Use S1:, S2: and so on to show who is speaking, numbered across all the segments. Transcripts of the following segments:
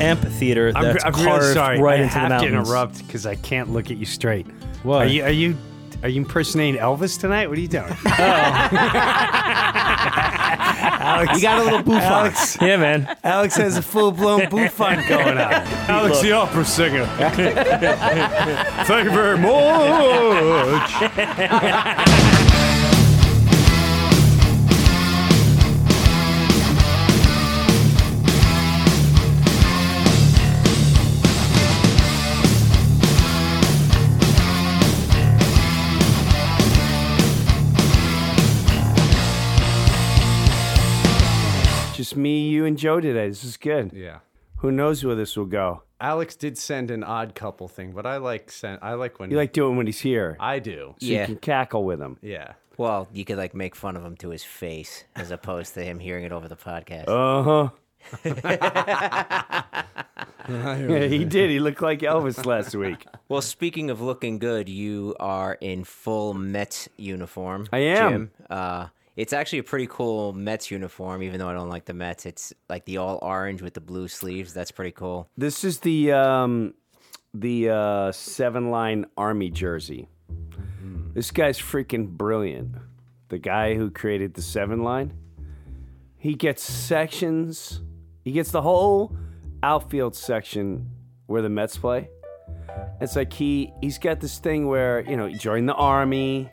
S1: amphitheater
S2: I'm,
S1: that's
S2: I'm
S1: carved
S2: really sorry.
S1: right
S2: I
S1: into the
S2: have to
S1: mountains.
S2: interrupt because I can't look at you straight.
S1: Why?
S2: Are you, are you are you impersonating Elvis tonight? What are you doing? Alex,
S3: You got a little bouffant.
S2: Alex,
S1: Yeah, man.
S2: Alex has a full blown bouffant going on.
S4: Alex the opera singer. Thank you very much.
S2: Just me, you, and Joe today. This is good.
S3: Yeah.
S2: Who knows where this will go?
S4: Alex did send an odd couple thing, but I like sent. I like when
S2: You like doing when he's here. So
S4: I do.
S2: You
S5: yeah.
S2: can cackle with him.
S4: Yeah.
S5: Well, you could like make fun of him to his face as opposed to him hearing it over the podcast.
S2: Uh huh. he did. He looked like Elvis last week.
S5: Well, speaking of looking good, you are in full Mets uniform.
S2: I am.
S5: Jim. Uh, it's actually a pretty cool Mets uniform, even though I don't like the Mets. It's like the all orange with the blue sleeves. That's pretty cool.
S2: This is the um, the uh, seven line army jersey. This guy's freaking brilliant. The guy who created the seven line, he gets sections. He gets the whole outfield section where the Mets play. It's like he he's got this thing where you know he joined the army.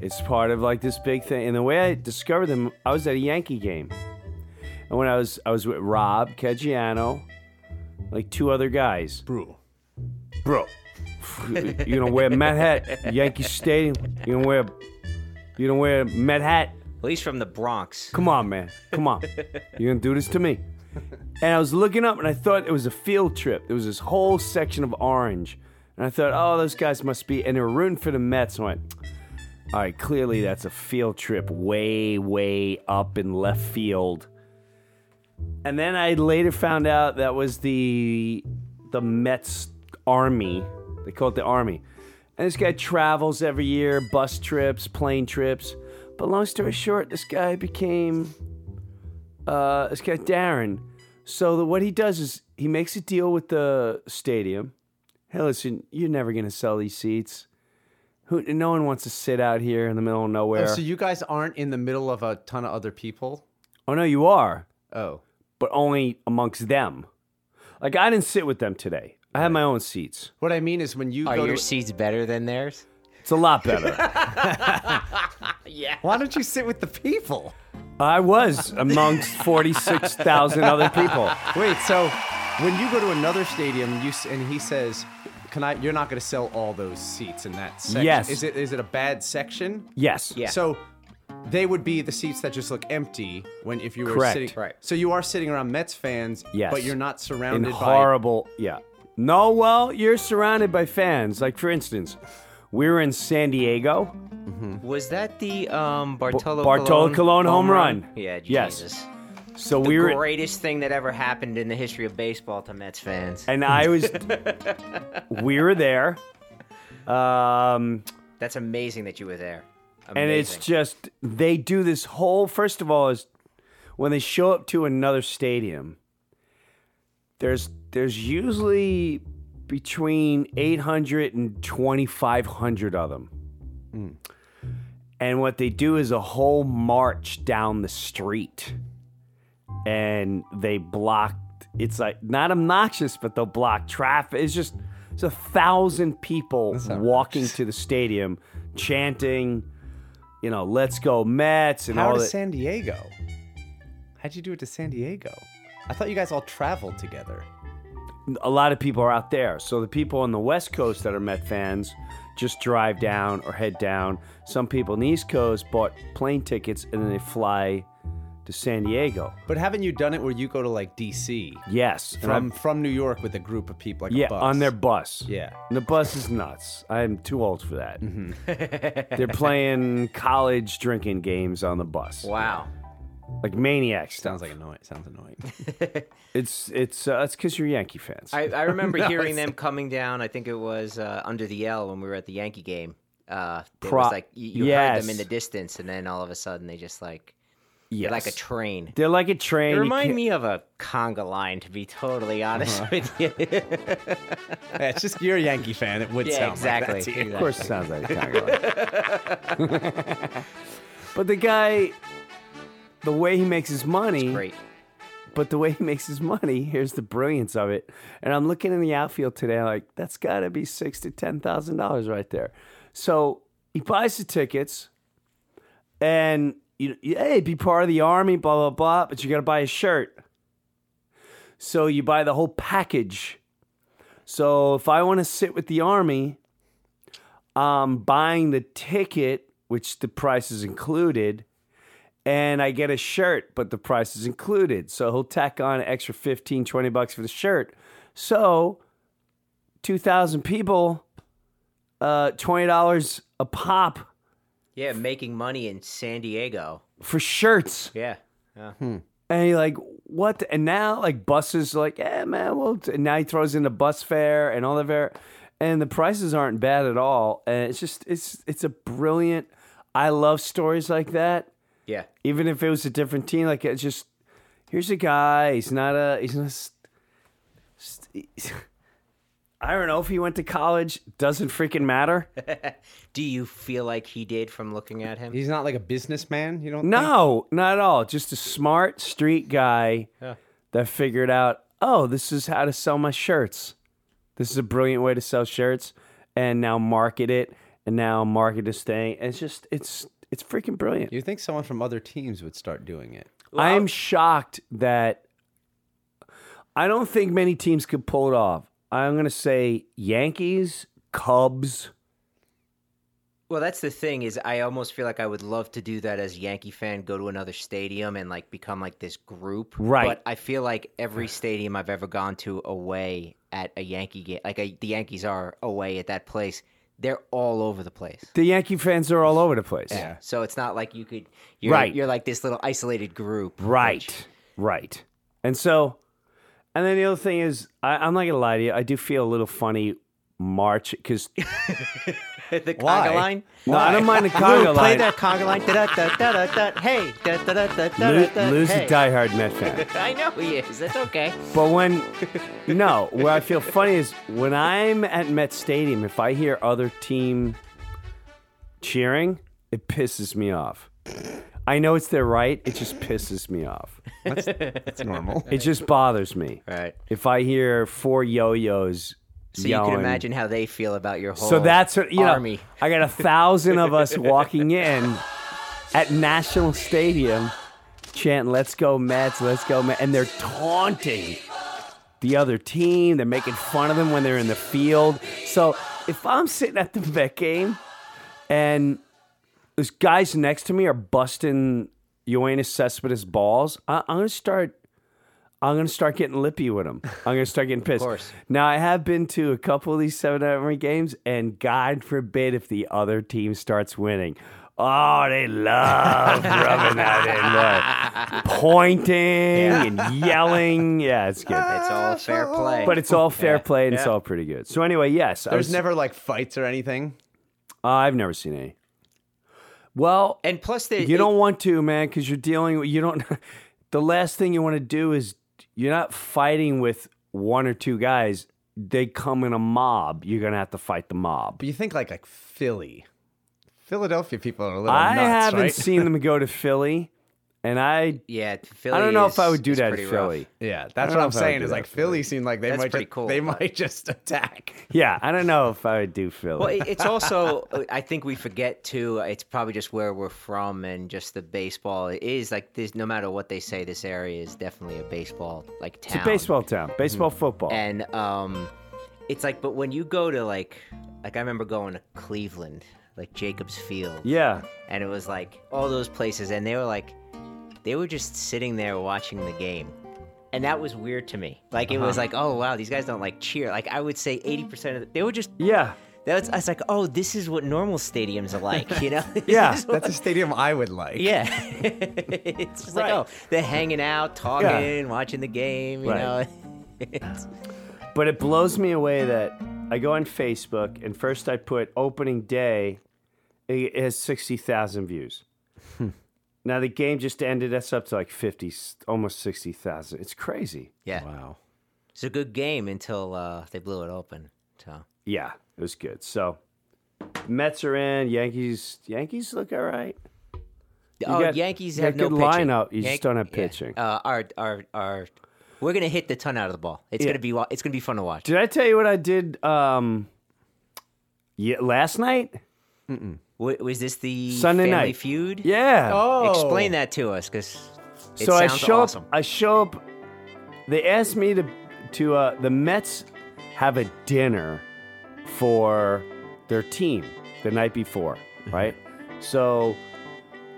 S2: It's part of like this big thing. And the way I discovered him, I was at a Yankee game, and when I was I was with Rob Caggiano like two other guys.
S4: Brew.
S2: Bro, you're gonna wear a Met hat, Yankee Stadium. You're gonna wear, you're gonna wear a Met hat.
S5: At least from the Bronx.
S2: Come on, man. Come on. You're gonna do this to me. And I was looking up, and I thought it was a field trip. There was this whole section of orange, and I thought, oh, those guys must be, and they were rooting for the Mets. And I went, all right, clearly that's a field trip, way, way up in left field. And then I later found out that was the the Mets Army. They call it the Army. And this guy travels every year, bus trips, plane trips. But long story short, this guy became uh, this guy Darren. So the, what he does is he makes a deal with the stadium. Hey, listen, you're never gonna sell these seats. Who? No one wants to sit out here in the middle of nowhere.
S4: Oh,
S2: Oh,
S4: so you guys aren't in the middle of a ton of other people?
S2: no, you are,
S4: Oh.
S2: but only amongst them. Like I didn't sit with them today. I had my own seats.
S4: What I mean is when you
S2: Oh,
S5: Are
S4: go
S5: your
S4: to,
S5: seats better than theirs?
S2: It's a lot better.
S4: Why don't you sit with the people?
S2: I was amongst 46,000 other people.
S4: Wait, so when you go to another stadium, you s- and he says, "Can I? You're not going to sell all those seats in that section."
S2: Yes.
S4: Is it is it a bad section?
S2: Yes.
S5: Yeah.
S4: So they would be the seats that just look empty when if you were
S2: Correct.
S4: sitting.
S5: Right.
S4: So you are sitting around Mets fans.
S2: Yes.
S4: But you're not
S2: In
S4: surrounded by.
S2: horrible, yeah. No, well, you're surrounded by fans. Like, for instance, we were in San Diego.
S5: Was that the um, Bartolo,
S2: Bartolo
S5: Colon,
S2: Colon home run.
S5: Yeah,
S2: Yes.
S5: Jesus.
S2: So
S5: The
S2: we were.
S5: greatest thing that ever happened in the history of baseball to Mets fans.
S2: And I was. we were there. Um,
S5: That's amazing that you were there. Amazing.
S2: and it's just they do this whole first of all is when they show up to another stadium there's there's usually between 800 and 2500 of them and what they do is a whole march down the street and they block it's like not obnoxious but they'll block traffic it's just it's a thousand people walking to the stadium chanting you know let's go mets and
S4: How
S2: all
S4: to
S2: that
S4: San Diego? How'd you do it to San Diego? I thought you guys all traveled together.
S2: a lot of people are out there so the people on the west coast that are met fans just drive down or head down some people on the east coast bought plane tickets and then they fly to san diego
S4: But haven't you done it where you go to like DC
S2: yes and
S4: from
S2: I'm-
S4: from New York with a group of people, like
S2: yeah
S4: a bus?
S2: on their bus
S4: yeah.
S2: The bus is nuts. I'm too old for that.
S5: Mm-hmm.
S2: They're playing college drinking games on the bus,
S5: wow.
S2: like maniacs.
S4: Sounds like annoying. Sounds annoying.
S2: It's it's uh, it's because you're Yankee fans.
S5: I, I remember hearing them coming down. I think it was uh, under the L when we were at the Yankee game. Uh, it
S2: Pro-
S5: was like you, you heard them in
S2: Yes.
S5: the distance, and then all of a sudden they just like They're Like
S2: Yes.
S5: a train.
S2: They're like a train.
S5: They
S2: you
S5: remind
S2: can't- Uh-huh.
S5: me of a conga line, to be totally honest with you.
S4: Yeah, it's just you're a Yankee fan. It would
S5: yeah,
S4: sound
S5: exactly.
S4: Like that to you.
S2: Of course, it sounds like a conga line. but the guy, the way he makes his money,
S5: Great.
S2: but the way he makes his money, here's the brilliance of it. And I'm looking in the outfield today, like that's got to be six to ten thousand dollars right there. So he buys the tickets, and you, you- hey, be part of the army, blah blah blah. But you got to buy a shirt. So you buy the whole package. So if I want to sit with the army, I'm buying the ticket, which the price is included and I get a shirt, but the price is included. So he'll tack on an extra 15, 20 bucks for the shirt. So 2,000 people, uh, $20 a pop
S5: Yeah, making money in San Diego.
S2: for shirts.
S5: Yeah. yeah.
S2: And you're like, what? the- And now, like, buses are like, eh, man, well, t-" and now he throws in the bus fare and all the fare. And the prices aren't bad at all. And it's just, it's, it's a brilliant, I love stories like that.
S5: Yeah.
S2: even if it was a different team, like it's just here's a guy. He's not a. He's not. A, st- st- I don't know if he went to college. Doesn't freaking matter.
S5: Do you feel like he did from looking at him?
S4: He's not like a businessman. You don't. think?
S2: No, not at all. Just a smart street guy that figured out. Oh, this is how to sell my shirts. This is a brilliant way to sell shirts, and now market it, and now market this thing. It's just it's it's freaking brilliant.
S4: You think someone from other teams would start doing it?
S2: I am shocked that I don't think many teams could pull it off. I'm going to say Yankees, Cubs.
S5: Well, that's the thing is I almost feel like I would love to do that as a Yankee fan, go to another stadium and like become like this group.
S2: Right.
S5: But I feel like every stadium I've ever gone to away at a Yankee game, like a, the Yankees are away at that place, they're all over the place.
S2: The Yankee fans are all over the place.
S5: So it's not like you could you're,
S2: Right.
S5: you're like this little isolated group.
S2: Right.
S5: which-
S2: Right. And so, and then the other thing is, I, I'm not going to lie to you. I do feel a little funny March because
S5: the
S4: Why?
S5: conga line.
S2: no, I don't mind the
S5: Lou,
S2: conga
S5: play
S2: line.
S5: that conga line. Da, da, da, da, da, da. Hey, da, da, da, da, da,
S2: Lou,
S5: da, da,
S2: Lou's
S5: hey.
S2: a diehard Met fan.
S5: I know he is. That's okay.
S2: But when, no, where I feel funny is when I'm at Met Stadium, if I hear other team cheering, it pisses me off. I know it's their right, it just pisses me off.
S4: It's normal.
S2: It just bothers me.
S5: Right.
S2: If I hear four yo yo's.
S5: So you can imagine how they feel about your whole
S2: So that's, what- you know,
S5: Oh, army.
S2: I got a thousand of us walking in at National Stadium chanting, let's go Mets, let's go Mets. And they're taunting the other team. They're making fun of them when they're in the field. So if I'm sitting at the Met game and those guys next to me are busting Ioannis Cespedes balls, I- I'm going to start. I'm gonna start getting lippy with them. I'm gonna start getting pissed.
S5: course.
S2: Now I have been to a couple of these seven memory games, and God forbid if the other team starts winning. Oh, they love rubbing that in there, pointing and yelling. Yeah, it's good.
S5: It's all fair play.
S2: Ah, But it's all fair play and it's all pretty good. So anyway, yes, I
S4: There's
S2: was-
S4: never like fights or anything.
S2: I've never seen any. Well,
S5: and plus they
S2: you don't want to, man, because you're dealing. with- You don't. The last thing you want to do is you're not fighting with one or two guys. They come in a mob. You're gonna have to fight the mob.
S4: But you think like like Philly, Philadelphia people are a little
S2: I
S4: nuts,
S2: haven't
S4: right?
S2: seen them go to Philly, and I
S5: Yeah, Philly
S2: I don't know
S5: is-
S2: if I would do
S5: is
S2: that
S5: pretty
S2: at
S5: rough.
S2: Philly.
S4: yeah, that's
S2: don't
S4: what
S2: know if
S4: I'm
S2: I would
S4: saying.
S2: do
S4: Is
S2: that
S4: like
S2: for
S4: Philly seemed like they
S5: That's
S4: might
S5: pretty
S4: just,
S5: cool,
S4: they
S5: though.
S4: might just attack.
S2: Yeah, I don't know if I would do Philly.
S5: Well, it- it's also I think we forget too. It's probably just where we're from and just the baseball. It is like this. No matter what they say, this area is definitely a baseball like town.
S2: it's a baseball town, baseball,
S5: Mm.
S2: football.
S5: and um, it's like. But when you go to like, like I remember going to Cleveland, like Jacobs Field.
S2: yeah,
S5: and it was like all those places and they were like they were just sitting there watching the game and that was weird to me like it
S2: Uh-huh.
S5: was like oh wow these guys don't like cheer like i would say 80% of the, they were just
S2: yeah.
S5: that's i was like oh this is what normal stadiums are like you know This
S2: Yeah,
S5: is what-
S4: That's a stadium I would like.
S5: yeah it's just
S2: Right.
S5: like oh they're hanging out talking watching the game you
S2: Right.
S5: know It's-
S2: But it blows me away that I go on Facebook and first I put opening day, it has 60,000 views. Now the game just ended. That's up to like fifty, almost sixty thousand. It's crazy.
S5: Yeah,
S4: Wow.
S5: it's a good game until uh, they blew it open. So
S2: Yeah, it was good. So Mets are in. Yankees. Yankees look all right.
S5: oh,
S2: got-
S5: Yankees
S2: you
S5: have
S2: got
S5: no
S2: good
S5: pitching.
S2: lineup, you just don't have
S5: yeah.
S2: pitching.
S5: Uh, our our our, we're gonna hit the ton out of the ball. It's
S2: Yeah.
S5: gonna be wa- it's gonna be fun to watch.
S2: Did I tell you what I did? Um, yeah, last night.
S5: W- was this the
S2: Sunday
S5: Family
S2: night.
S5: Feud?
S2: Yeah.
S4: Oh.
S5: Explain that to us, because it
S2: so I
S5: sounds
S2: show
S5: awesome.
S2: up. I show up. They asked me to to uh, the Mets have a dinner for their team the night before,
S5: Mm-hmm.
S2: right? So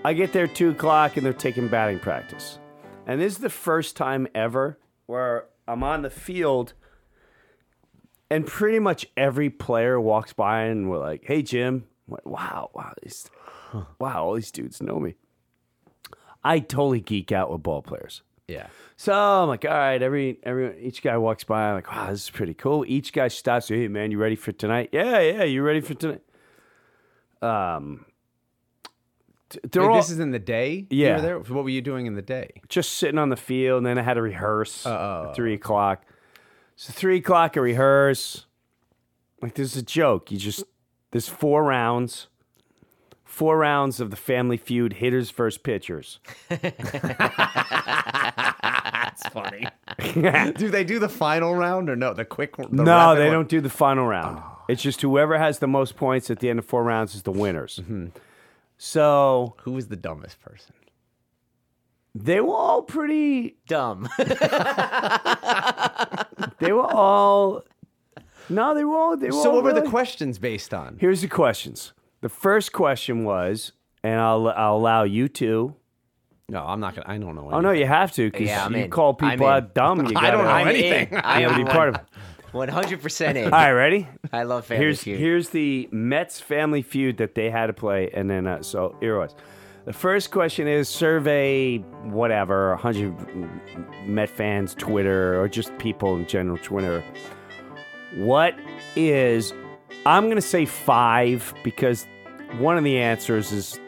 S2: I get there two o'clock and they're taking batting practice, and this is the first time ever where I'm on the field. And pretty much every player walks by and we're like, "Hey, Jim!" I'm like, wow, wow, these, wow, all these dudes know me. I totally geek out with ball players.
S4: Yeah.
S2: So I'm like, all right, every every each guy walks by, I'm like, wow, this is pretty cool. Each guy stops, hey man, you ready for tonight? Yeah, yeah, you ready for tonight? Um t- they're
S4: Wait,
S2: all
S4: this is in the day. you
S2: Yeah.
S4: were there? What were you doing in the day?
S2: just sitting on the field, and then I had to rehearse
S4: Uh-oh.
S2: at three o'clock. So three o'clock I rehearse. Like this is a joke. You just there's four rounds. Four rounds of the family feud hitters versus pitchers.
S4: That's funny. do they do the final round or no? The quick. The
S2: No,
S4: rapid
S2: they
S4: one? Ah.
S2: don't do the final round. It's just whoever has the most points at the end of four rounds is the winners.
S4: Mm-hmm.
S2: So
S4: Who is the dumbest person?
S2: they were all pretty.
S5: Dumb.
S2: They were all. No, they were all. They were
S4: So,
S2: all
S4: what were the
S2: really-
S4: questions based on?
S2: Here's the questions. The first question was, and I'll I'll allow you to.
S4: No, I'm not gonna. I don't know.
S2: Oh no, you have to because
S5: Yeah, I'm
S2: you
S5: in.
S2: call
S5: I'm
S2: people
S5: in.
S2: out dumb. You
S4: I
S2: gotta-
S4: don't know
S5: I'm
S4: anything.
S5: in. I
S2: You gotta
S5: am
S2: be part of.
S5: One hundred percent in.
S2: All right, ready?
S5: I love Family
S2: here's
S5: Feud.
S2: here's the Mets family feud that they had to play, and then uh, so here it was. The first question is survey whatever 100 Met fans Twitter or just people in general Twitter. What is I'm gonna say five because one of the answers is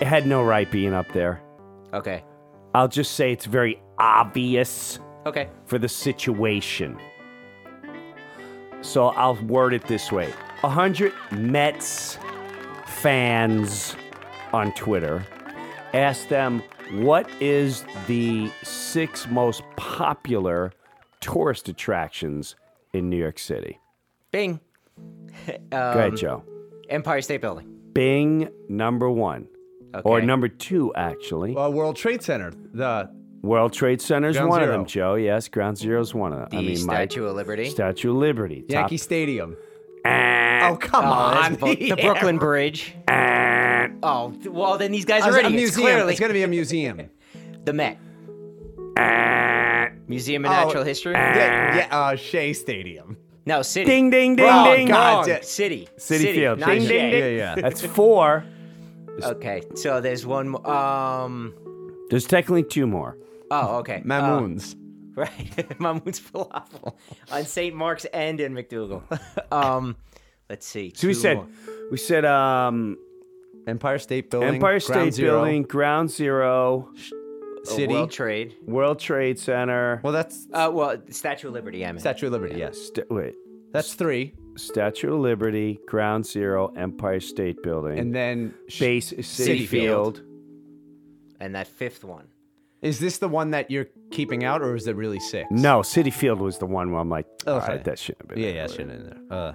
S2: it had no right being up there.
S5: Okay.
S2: I'll just say it's very obvious
S5: Okay.
S2: for the situation. So I'll word it this way 100 Mets fans on Twitter asked them, What is the six most popular tourist attractions in New York City?
S5: Bing.
S2: Go
S4: Um,
S2: ahead, Joe.
S5: Empire State Building.
S2: Bing, number one. Or
S5: Okay.
S2: number two, actually.
S4: Uh, World Trade Center. The
S2: World Trade Center's
S4: Ground
S2: one of
S4: Zero.
S2: them, Joe. Yes, Ground Zero's one of them.
S5: The
S2: I mean, my
S5: Statue of Liberty.
S2: Statue of Liberty. top
S4: Yankee Stadium.
S2: Ah,
S4: Oh come
S5: Oh, that's
S4: on.
S5: bu- the
S4: Yeah.
S5: Brooklyn Bridge.
S2: ah.
S5: Oh, th- well, then these guys
S4: It's
S5: are
S4: a
S5: idiots,
S4: museum.
S5: clearly.
S4: It's gonna be a museum.
S5: The Met. Museum of
S4: Oh.
S5: Natural History?
S4: yeah, yeah, uh, Shea Stadium.
S5: No, City.
S2: Ding ding ding
S4: Oh,
S2: ding.
S4: God.
S5: Wrong.
S4: damn.
S5: City.
S2: City, Field.
S5: not
S2: Ding
S5: Shea.
S2: ding ding.
S4: Yeah, yeah.
S2: That's four.
S5: Okay, so there's one more. Um,
S2: There's technically two more.
S5: oh, okay. Uh,
S4: Mamoons.
S5: right. Mamoon's Falafel. On St. Mark's and in McDougal. um, let's see.
S2: So we
S5: two
S2: said,
S5: more.
S2: we said um,
S4: Empire State Building.
S2: Empire
S4: Ground
S2: State
S4: Zero,
S2: Building, Ground Zero,
S5: Oh,
S4: City.
S5: World Trade.
S2: World Trade Center.
S4: well, that's
S5: Uh, well, Statue of Liberty, I meant.
S4: Statue of Liberty. Yes,
S2: St- wait,
S4: that's three,
S2: Statue of Liberty, Ground Zero, Empire State Building,
S4: and then
S2: Base City,
S5: City
S2: Field.
S5: and that fifth one.
S4: Is this the one that you're keeping out, or is it really six?
S2: No, City Field was the one where I'm like, all
S4: Okay.
S2: right, that shouldn't have been.
S4: Oh, Yeah,
S2: in
S4: yeah,
S2: there.
S4: shouldn't in there. Uh,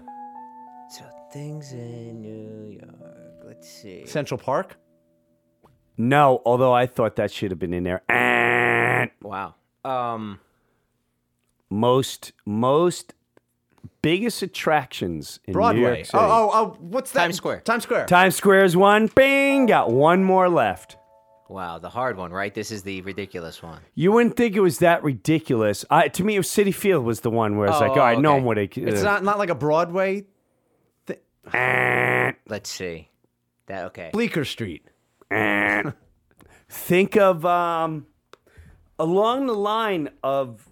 S5: So things in New York. Let's see.
S4: Central Park.
S2: No, although I thought that should have been in there. Ah.
S5: Wow. Um.
S2: most most biggest attractions in New
S4: Broadway.
S2: York City.
S4: Oh, oh, oh, what's that?
S5: Times Square.
S4: Times Square.
S2: Times Square is one. Bing, got one more left.
S5: Wow, the hard one, right? This is the ridiculous one.
S2: You wouldn't think it was that ridiculous. I, to me, it was City Field was the one where it's
S5: Oh,
S2: like, all right, no
S5: okay.
S2: one would. have
S4: it's not not like a Broadway.
S2: Eh,
S5: Let's see. That okay.
S4: Bleecker Street.
S2: eh." Think of um, along the line of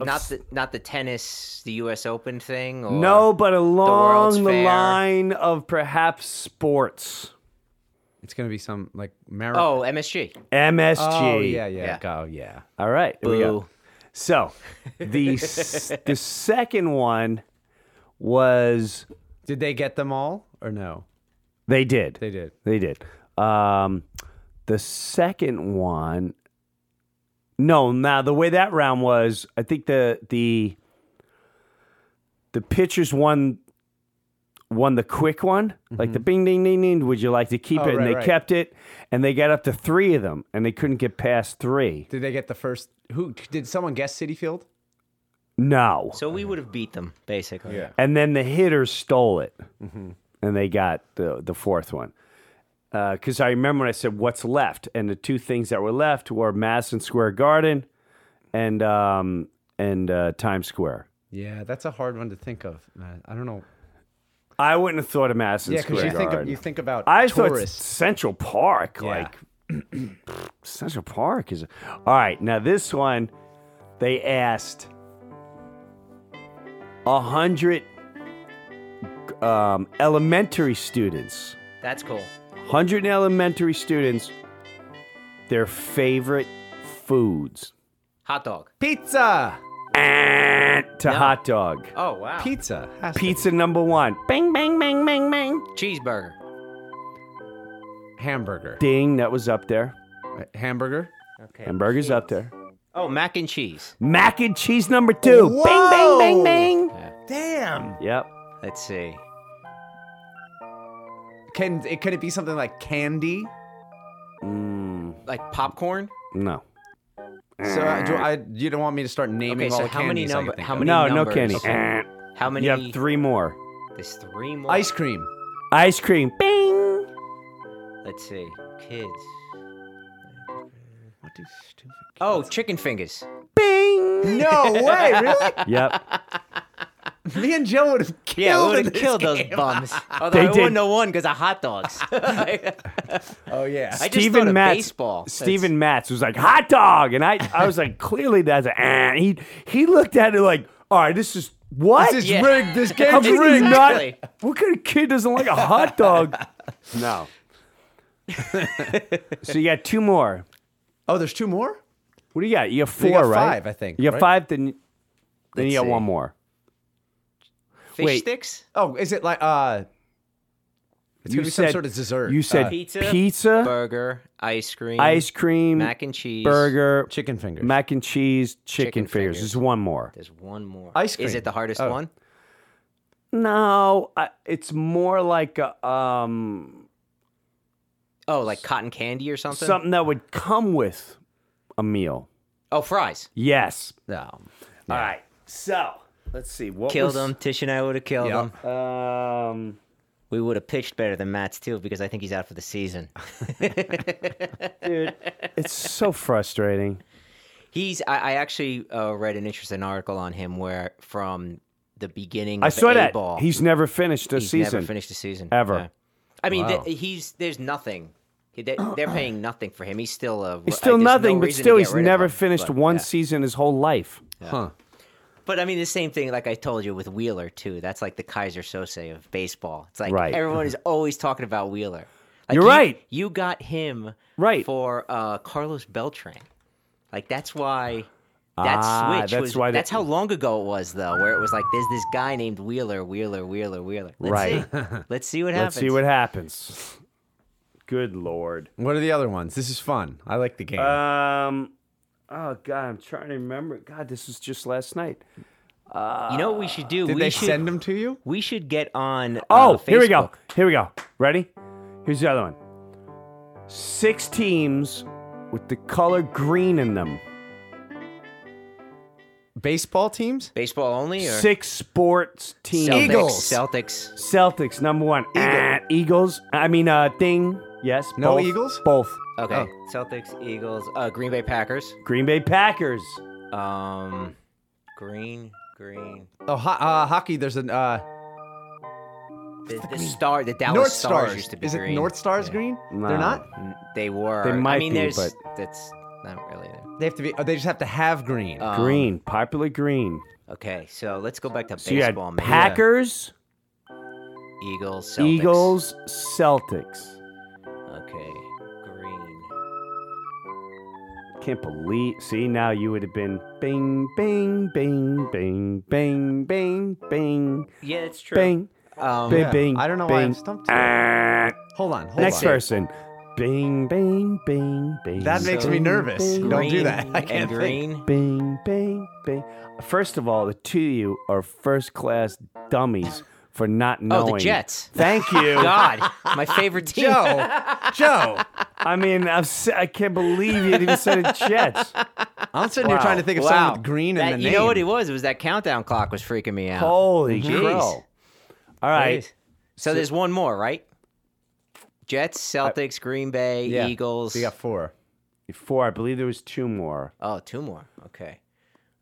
S5: Not the not the tennis, the U.S. Open thing. Or,
S2: no, but along
S5: World's
S2: the,
S5: Fair.
S2: line of perhaps sports.
S4: It's gonna be some like marathon.
S5: Oh, MSG.
S2: MSG.
S4: yeah, yeah,
S5: Oh, Yeah.
S4: go, yeah.
S2: All right. here we go.
S5: Boo.
S2: So the s- the second one was
S4: Did they get them all or no?
S2: they did.
S4: They did.
S2: They did. Um, the second one. No, now the way that round was, I think the the the pitchers won won the quick one, like the bing ding ding ding. Would you like to keep
S4: Mm-hmm. Oh,
S2: it? And
S4: right,
S2: they
S4: right.
S2: kept it, and they got up to three of them, and they couldn't get past three.
S4: Did they get the first? Who did someone guess City Field?
S2: No,
S5: So we would have beat them basically.
S4: Yeah.
S2: and then the hitters stole it,
S4: Mm-hmm.
S2: and they got the the fourth one. Because I remember when I said what's left, and the two things that were left were Madison Square Garden and um, and uh, Times Square.
S4: Yeah, that's a hard one to think of. man. I don't know.
S2: I wouldn't have thought of Madison
S4: Yeah, because
S2: Square
S4: you think
S2: Garden.
S4: of, you think about
S2: I thought
S4: tourists.
S2: Central Park, like Central Park is. All right, now this one, they asked a hundred um, elementary students.
S5: That's cool.
S2: 100 elementary students their favorite foods
S5: Hot dog.
S4: pizza,
S2: and to hot dog
S5: Oh wow.
S4: pizza, has to-
S2: pizza number one bang bang bang bang bang
S5: Cheeseburger.
S4: hamburger,
S2: ding that was up there
S4: Uh, hamburger.
S5: Okay.
S2: hamburgers up there
S5: Oh, mac and cheese.
S2: mac and cheese number two bang bang bang
S4: Whoa!
S2: bang
S4: Damn.
S2: yep
S5: Let's see.
S4: Can it could it be something like candy?
S2: mm,
S5: Like popcorn.
S2: no
S4: So uh, do I, you don't want me to start naming
S5: Okay,
S4: all
S5: so
S4: the
S5: how many
S4: candies I can
S5: number-
S4: think
S5: how
S4: of.
S5: many
S2: no no
S5: numbers?
S2: candy
S5: Okay.
S2: Eh.
S5: How many?
S2: you have three more
S5: There's three more.
S4: Ice cream.
S2: ice cream bing
S5: Let's see. Kids.
S4: What do stupid?
S5: Oh, chicken fingers.
S2: bing
S4: No way, really?
S2: yep
S4: Me and Joe would have killed.
S5: Yeah, we would
S4: in
S5: have
S4: this
S5: killed those
S4: game.
S5: bums. Although
S2: They
S5: I
S2: did.
S5: wouldn't know one because of hot dogs.
S4: Oh yeah.
S5: I just thought
S2: Steven
S5: of
S2: Matz,
S5: baseball. That's-
S2: Steven Matz was like hot dog, and I, I was like, clearly that's a. Eh. He he looked at it like, all right, this is what
S4: This is
S5: Yeah.
S4: rigged. This
S2: How
S4: game's
S2: could you
S4: rigged.
S2: not-
S5: Exactly.
S2: what kind of kid doesn't like a hot dog? no. so you got two more.
S4: Oh, there's two more.
S2: What do you got? You got four,
S4: You got
S2: right?
S4: five, I think,
S2: You got
S4: right?
S2: five. Then then you
S5: Let's
S2: got
S5: see.
S2: one more.
S5: Fish
S2: Wait.
S5: sticks.
S4: Oh, is it like uh? It's
S2: you
S4: gonna be
S2: said
S4: some sort of dessert.
S2: You said
S4: Uh,
S5: Pizza,
S2: pizza,
S5: Burger, ice cream,
S2: ice cream,
S5: mac and cheese,
S2: burger,
S4: chicken fingers.
S2: mac and cheese, chicken,
S5: Chicken
S2: fingers.
S5: fingers.
S2: There's one more.
S5: There's one more.
S4: Ice
S5: Is
S4: cream.
S5: it the hardest
S4: Oh.
S5: one?
S2: No, I, it's more like a, um,
S5: Oh, like cotton candy or something?
S2: something that would come with a meal.
S5: Oh, fries.
S2: Yes.
S4: no.
S2: All right. So let's see. What was,
S5: Killed them. Tish and I would have killed
S4: Yeah.
S5: them.
S2: Um,
S5: We would have pitched better than Matt's too because I think he's out for the season.
S2: dude, it's so frustrating.
S5: He's. I, I actually uh, read an interesting article on him where from the beginning.
S2: I
S5: of
S2: saw
S5: A
S2: that.
S5: Ball,
S2: He's never finished a
S5: he's
S2: season.
S5: never finished the season
S2: Ever.
S5: Yeah. I mean,
S4: Wow.
S5: th- he's there's nothing. He- They, they're paying nothing for him. He's still a.
S2: He's still nothing, but still, he's never finished
S5: but,
S2: one
S5: yeah.
S2: season his whole life.
S4: Huh.
S5: But I mean, the same thing, like I told you with Wheeler too. That's like the Kaiser Sose of baseball. It's like
S2: Right.
S5: everyone is always talking about Wheeler. Like,
S2: You're
S5: you-
S2: right.
S5: You got him
S2: Right.
S5: for uh, Carlos Beltran. Like that's why that
S2: Ah,
S5: switch
S2: that's
S5: was.
S2: why they-
S5: that's how long ago it was though, where it was like there's this guy named Wheeler, Wheeler, Wheeler, Wheeler. Let's
S2: Right.
S5: See. Let's see what
S2: Let's
S5: happens.
S2: see what happens. Good lord.
S4: What are the other ones? This is fun. I like the game.
S2: Um. Oh God, I'm trying to remember. God, this was just last night.
S5: Uh, you know what we should do.
S4: Did
S5: we
S4: they
S5: should,
S4: send them to you?
S5: We should get on.
S2: Oh,
S5: uh,
S2: here we go.
S5: Facebook.
S2: Here we go. Ready? Here's the other one. Six teams with the color green in them.
S4: Baseball teams?
S5: Baseball only or
S2: Six sports teams.
S5: Celtics,
S4: Eagles.
S5: Celtics.
S2: Celtics, number one. Ah, Eagles. I mean, uh, ding. Yes.
S4: No
S2: both.
S4: Eagles?
S2: Both.
S5: Okay.
S4: Oh.
S5: Celtics, Eagles, uh, Green Bay Packers.
S2: Green Bay Packers.
S5: Um, green, green.
S4: Oh, ho- uh, hockey. There's an uh,
S5: The, the star, the Dallas
S4: North
S5: Stars,
S4: Stars.
S5: used to be
S4: is
S5: green.
S4: it North Stars
S5: Yeah.
S4: green?
S2: No.
S4: They're not.
S5: N- They were.
S2: They might
S5: I mean,
S2: be,
S5: there's,
S2: but-
S5: that's not really there.
S4: They have to be. Oh, they just have to have green.
S5: Um,
S2: Green. Popular green.
S5: Okay, so let's go back to
S2: So you had
S5: baseball. man.
S2: Packers,
S5: Eagles, Celtics.
S2: Eagles, Celtics.
S5: Okay,
S2: can't believe. See, now you would have been bing, bing, bing, bing, bing, bing, bing,
S5: Yeah, it's true.
S2: bing,
S5: Um,
S2: bing,
S4: Yeah,
S2: bing.
S4: I don't know why I'm
S2: bing.
S4: stumped.
S2: Ah.
S4: Hold on. Hold
S2: Next
S4: on.
S2: person. Bing, bing, bing, bing.
S4: That makes
S5: So-
S4: me nervous.
S2: Bing,
S4: Don't do
S5: green
S4: that. I can't
S5: and
S4: think.
S5: green.
S2: Bing, bing, bing. First of all, the two of you are first class dummies for not
S5: Oh,
S2: knowing.
S5: the Jets.
S2: Thank you.
S5: God, my favorite team.
S4: Joe, Joe,
S2: I mean, I've, s- I can't believe you even said a Jets.
S4: I'm sitting here
S2: Wow.
S4: trying to think of
S5: Wow.
S4: something with green in
S5: That-
S4: the
S5: you
S4: name.
S5: know what it was? It was that countdown clock was freaking me out.
S2: Holy
S5: Jeez.
S2: crow. All right.
S5: So there's one more, right? Jets, Celtics, Green Bay,
S4: Uh, Yeah.
S5: Eagles.
S4: So you got four.
S2: Four. I believe there was two more.
S5: Oh, two more. Okay.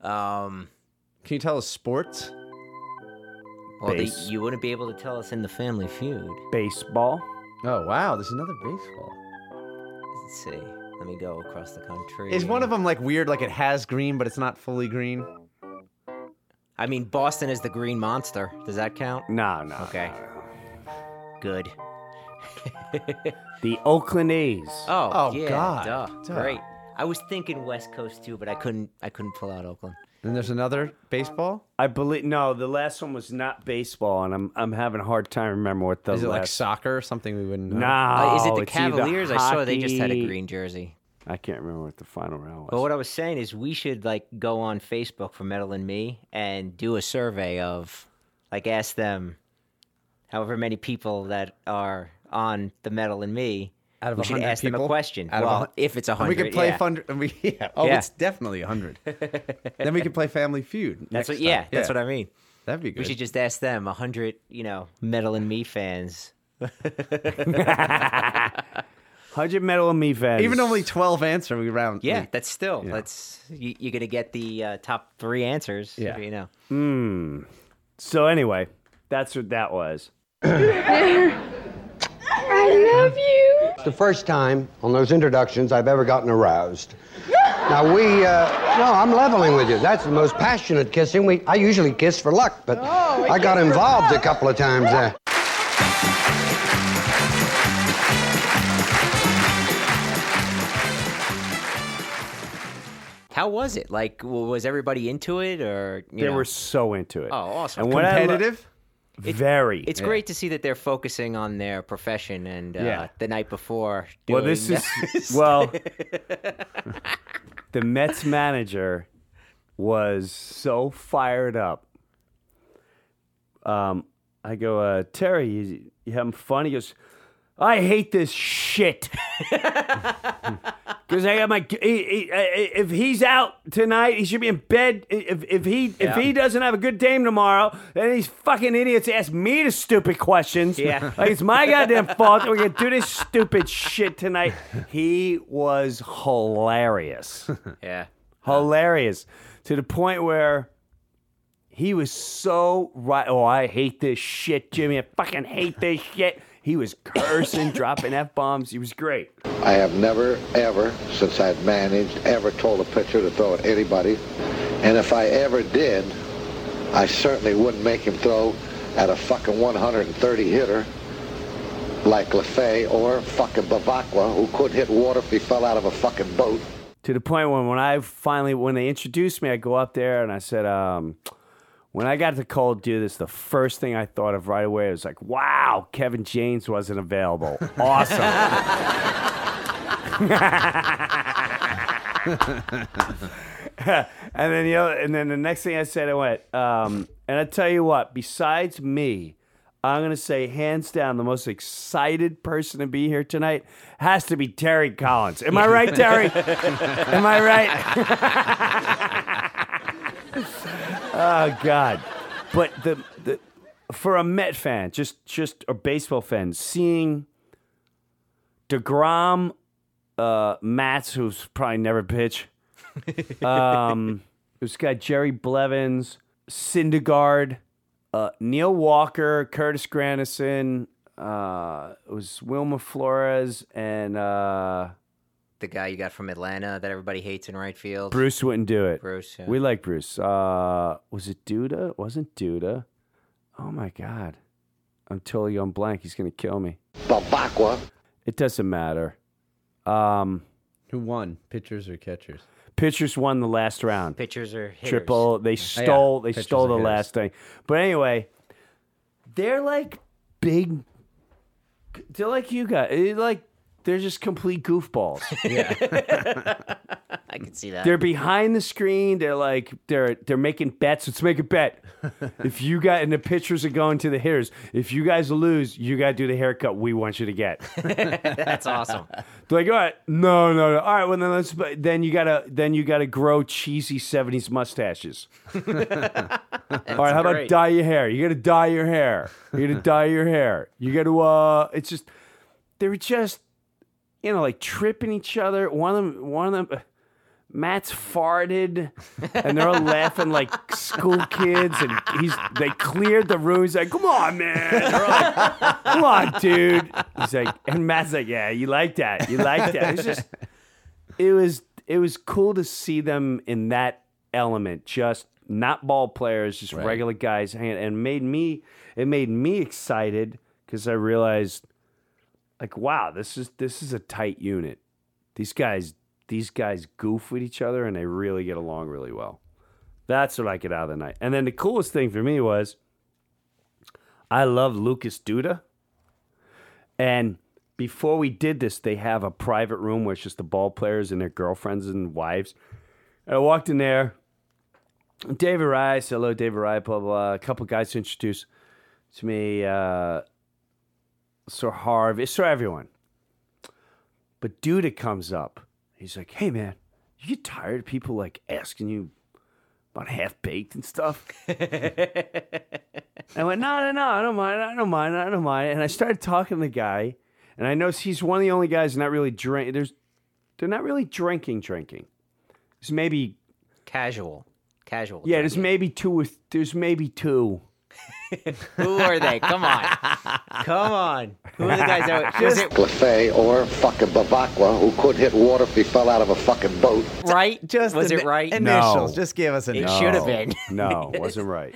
S5: Um,
S4: Can you tell us sports?
S5: well, the,
S2: Base.
S5: you wouldn't be able to tell us in the Family Feud.
S2: Baseball.
S4: Oh wow, there's another baseball.
S5: Let's see. Let me go across the country.
S4: Is one of them like weird? Like it has green, but it's not fully green.
S5: I mean, Boston is the Green Monster. Does that count?
S2: No, no.
S5: Okay. Good.
S2: The Oakland A's.
S5: Oh,
S4: Oh,
S5: yeah,
S4: God.
S5: duh.
S4: Duh.
S5: Great. I was thinking West Coast too, but I couldn't. I couldn't pull out Oakland.
S4: Then there's another baseball.
S2: I believe no. The last one was not baseball, and I'm I'm having a hard time remembering what the
S4: Is it like
S2: last.
S4: soccer or something we wouldn't know?
S2: no,
S5: Uh, is it the
S2: Oh, it's either
S5: Cavaliers? I saw they just had a
S2: hockey-
S5: green jersey.
S2: I can't remember what the final round
S5: But
S2: was.
S5: what I was saying is we should like go on Facebook for Metal and Me and do a survey of like ask them however many people that are on the Metal and Me.
S4: Out of
S5: we should
S4: 100
S5: ask them a
S4: people?
S5: question.
S4: Out of
S5: well,
S4: a hun-
S5: if it's a
S4: And we
S5: hundred,
S4: could play
S5: yeah.
S4: fun. and we- yeah. Oh,
S5: Yeah.
S4: it's definitely a hundred. then we could play Family Feud.
S5: That's
S4: next
S5: what, yeah,
S4: time.
S5: that's what I mean.
S4: That'd be good.
S5: We should just ask them a hundred, you know, Metal and Me fans.
S2: Hundred medal and me fans.
S4: Even only twelve answer, we round.
S5: Yeah,
S4: we-
S5: that's still that's you, you're gonna get the uh, top three answers.
S4: Yeah.
S5: you know.
S2: So anyway, that's what that was.
S1: I love you.
S3: the first time on those introductions I've ever gotten aroused. Now we, uh, no, I'm leveling with you. That's the most passionate kissing. We, I usually kiss for luck, but I got involved a couple of times there.
S5: How was it? Like, w- was everybody into it, or you
S2: They
S5: know?
S2: were so into it.
S5: Oh, awesome.
S2: And what I lo-
S4: competitive.
S2: very.
S5: It's great to see that they're focusing on their profession and uh,
S4: Yeah.
S5: the night before. Doing
S2: well, this
S5: that.
S2: is well. the Mets manager was so fired up. Um, I go, uh, Terry, you, you having fun? He goes, I hate this shit. Because I got my. He, he, I- I- if he's out tonight, he should be in bed. If if he if he doesn't have a good game tomorrow, then these fucking idiots ask me the stupid questions.
S5: Yeah.
S2: like it's my goddamn fault that we're gonna do this stupid shit tonight. He was hilarious,
S5: yeah.
S2: hilarious to the point where. He was so right. Oh, I hate this shit, Jimmy. I fucking hate this shit. He was cursing, dropping f bombs. He was great.
S6: I have never, ever, since I've managed, ever told a pitcher to throw at anybody. And if I ever did, I certainly wouldn't make him throw at a fucking 130 hitter like LeFay or fucking Bavakwa who could hit water if he fell out of a fucking boat.
S2: to the point when when I finally when they introduced me, I go up there and I said, um, when I got the call to do this, the first thing I thought of right away was like, wow, Kevin James wasn't available. Awesome. and then the other, and then the next thing I said, I went, um, and I tell you what, besides me, I'm gonna say hands down, the most excited person to be here tonight has to be Terry Collins. Am I right, Terry? Am I right? oh God! But the, the for a Met fan, just just a baseball fan, seeing Degrom, uh, Mats, who's probably never pitch. Um, this guy Jerry Blevins, Syndergaard, uh, Neil Walker, Curtis Granison. Uh, it was Wilma Flores and uh,
S5: The guy you got from Atlanta that everybody hates in right field.
S2: Bruce wouldn't do it.
S5: Bruce, yeah.
S2: We like Bruce. Uh, was it Duda? It wasn't Duda. Oh my God. I'm totally on blank. He's going to kill me.
S6: Bavakwa
S2: It doesn't matter. Um,
S4: Who won, pitchers or catchers?
S2: Pitchers won the last round.
S5: Pitchers Oh, are hitters.
S2: Triple. They stole. They
S4: pitchers
S2: stole
S4: and
S2: the
S4: hitters.
S2: last thing. But anyway, they're like big. They're like you guys. They're like they're just complete goofballs.
S5: I can see that.
S2: they're behind the screen. They're like they're they're making bets. Let's make a bet. if you got and the pitchers are going to the hitters. If you guys lose, you got to do the haircut we want you to get.
S5: That's awesome.
S2: They're like, all right, no, no, no. All right, well then let's. but Then you gotta, then you gotta grow cheesy '70s mustaches. all right, how about
S5: great.
S2: dye your hair? You gotta dye your hair. You gotta dye your hair. You gotta. Uh, it's just they were just, you know, like tripping each other. One of them, one of them. Matt's farted, and they're all laughing like school kids. And he's they cleared the room. He's like, "Come on, man! They're all like, Come on, dude!" He's like, and Matt's like, "Yeah, you like that? You like that?" It's just, it was, it was cool to see them in that element, just not ball players, just regular guys, hanging, and made me, it made me excited because I realized, like, wow, this is this is a tight unit these guys these guys goof with each other and they really get along really well. That's what I get out of the night. And then the coolest thing for me was I love Lucas Duda. And before we did this, they have a private room where it's just the ball players and their girlfriends and wives. And I walked in there. David Rice, hello, David Rice, blah, blah, blah. A couple guys introduced to me, uh, Sir Harvey, Sir Everyone. But Duda comes up. He's like, "Hey, man, you get tired of people like asking you about half baked and stuff?" I went, "No, no, no, I don't mind. I don't mind. I don't mind." And I started talking to the guy, and I noticed he's one of the only guys not really drink. There's, they're not really drinking. Drinking. There's maybe
S5: Casual. Casual.
S2: yeah. There's maybe two. Or th- there's maybe two.
S5: Who are they? Come on. Come on. Who are the guys that was it
S6: Lefay or fucking Bavakwa, who could hit water if he fell out of a fucking boat.
S5: right?
S4: Just
S5: was
S4: the
S5: it right?
S2: No.
S4: Initials. Just give us a
S5: It
S4: no. Um,
S5: should have been.
S2: No, wasn't right.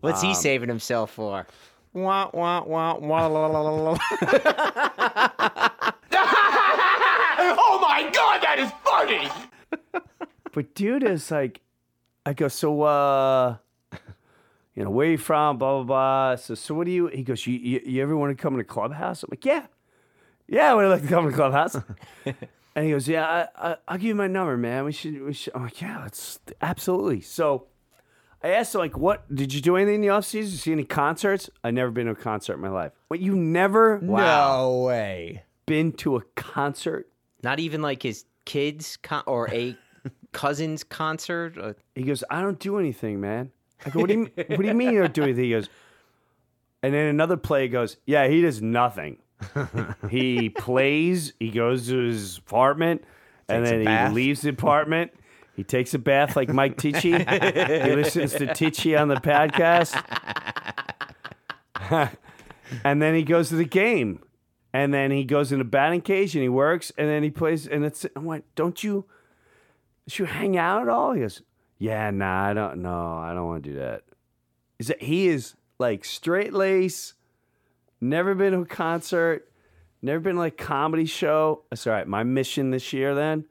S5: What's he saving himself for?
S4: Wah, wah, wah, wah, la, la, la, la, la.
S2: But dude is like, I go, so, uh, you know, where you from? Blah, blah, blah. So, so what do you, he goes, you, you, you ever want to come to Clubhouse? I'm like, yeah. Yeah, I would like to come to Clubhouse. and he goes, yeah, I, I, I'll give you my number, man. We should, we should. I'm like, yeah, that's absolutely. So I asked him, like, what, did you do anything in the off season? Did you see any concerts? I've never been to a concert in my life. What, you never
S4: No way.
S2: been to a concert?
S5: Not even like his kids con- or a cousin's concert. Uh, or-
S2: He goes, I don't do anything, man. I go, what do you, what do you mean you don't do anything? He goes, and then another play goes, yeah, he does nothing. he plays, he goes to his apartment, and
S4: Takes a
S2: then
S4: bath.
S2: he leaves the apartment. He takes a bath like Mike Tichy. he listens to Tichy on the podcast. and then he goes to the game. And then he goes in the batting cage and he works and then he plays and it's I'm like, don't you don't you hang out at all? He goes, Yeah, nah, I don't no, I don't want to do that. Is that he is like straight lace, never been to a concert, never been to like comedy show. That's all right. My mission this year then,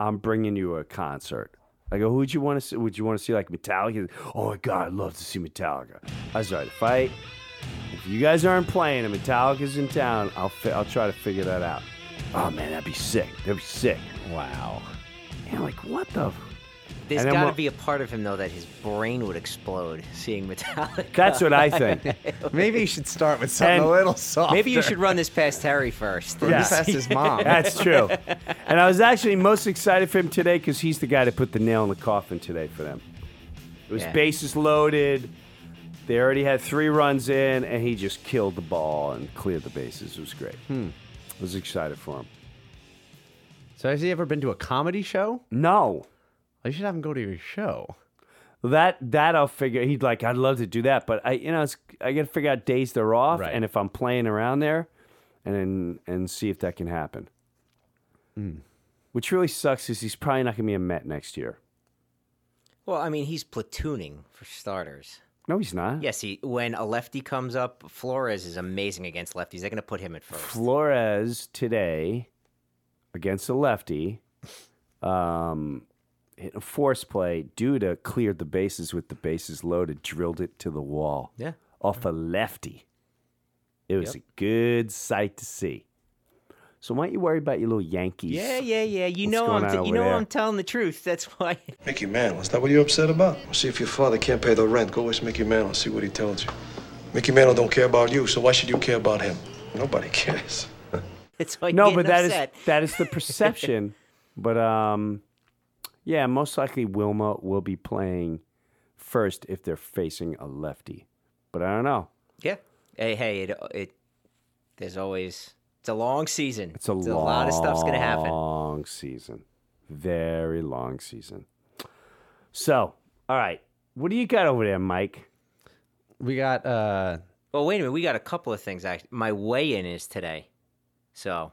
S2: I'm bringing you a concert. I go, who'd you want to see? Would you want to see like Metallica? He goes, Oh my God, I'd love to see Metallica. That's all right. If I if you guys aren't playing and Metallica's in town, I'll fi- I'll try to figure that out. Oh man, that'd be sick. That'd be sick.
S4: Wow.
S2: And I'm like, what the? f-
S5: There's
S2: And then
S5: got to
S2: what-
S5: be a part of him though that his brain would explode seeing Metallica.
S2: That's what I think.
S4: Maybe you should start with something
S2: And
S4: a little softer.
S5: Maybe you should run this past Harry first.
S2: Yeah.
S4: Just ask his mom.
S2: That's true. And I was actually most excited for him today because he's the guy that put the nail in the coffin today for them. It was
S5: Yeah.
S2: bases loaded. They already had three runs in, and he just killed the ball and cleared the bases. It was great. I was excited for him.
S4: So has he ever been to a comedy show?
S2: No,
S4: You should have him go to your show.
S2: That that I'll figure. He'd like, I'd love to do that, but I, you know, it's, I got to figure out days they're off,
S4: Right.
S2: and if I'm playing around there, and and see if that can happen. Which really sucks is he's probably not going to be a Met next year.
S5: Well, I mean, he's platooning for starters.
S2: No, he's not.
S5: Yes, he, when a lefty comes up, Flores is amazing against lefties. They're going to put him at first.
S2: Flores today against a lefty um, hit a force play. Duda cleared the bases with the bases loaded, drilled it to the wall.
S5: Yeah.
S2: Off a lefty. It was a good sight to see. So why don't you worry about your little Yankees?
S5: Yeah, yeah, yeah. You
S2: What's
S5: know
S2: going
S5: I'm
S2: on
S5: t- you
S2: over
S5: know
S2: there?
S5: I'm telling the truth. That's why.
S7: Mickey Mantle, is that what you're upset about? Well, see if your father can't pay the rent. Go with Mickey Mantle and see what he tells you. Mickey Mantle don't care about you, so why should you care about him? Nobody cares.
S5: That's why.
S2: No,
S5: you're
S2: but
S5: getting
S2: that is
S5: upset.
S2: that is the perception. but um, yeah, most likely Wilma will be playing first if they're facing a lefty. But I don't know.
S5: Yeah. Hey, hey, it, it there's always it's a long season.
S2: It's a,
S5: There's lot of stuff's gonna happen.
S2: Long season, very long season. So, all right, what do you got over there, Mike?
S4: We got uh
S5: Well, wait a minute. We got a couple of things. Actually, my weigh-in is today, so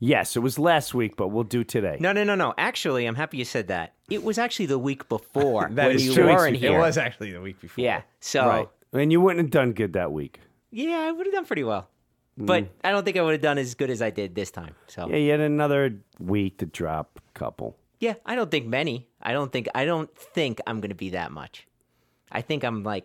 S2: Yes, it was last week, but we'll do today.
S5: no, no, no, no. Actually, I'm happy you said that. It was actually the week before
S4: that
S5: when
S4: is
S5: you
S4: true.
S5: were in
S4: It
S5: here.
S4: was actually the week before.
S5: Yeah. So
S2: right? And you wouldn't have done good that week.
S5: yeah, I would have done pretty well, but I don't think I would have done as good as I did this time. So
S2: Yeah, you had another week to drop a couple.
S5: yeah, I don't think many. I don't think I don't think I'm gonna be that much. I think I'm like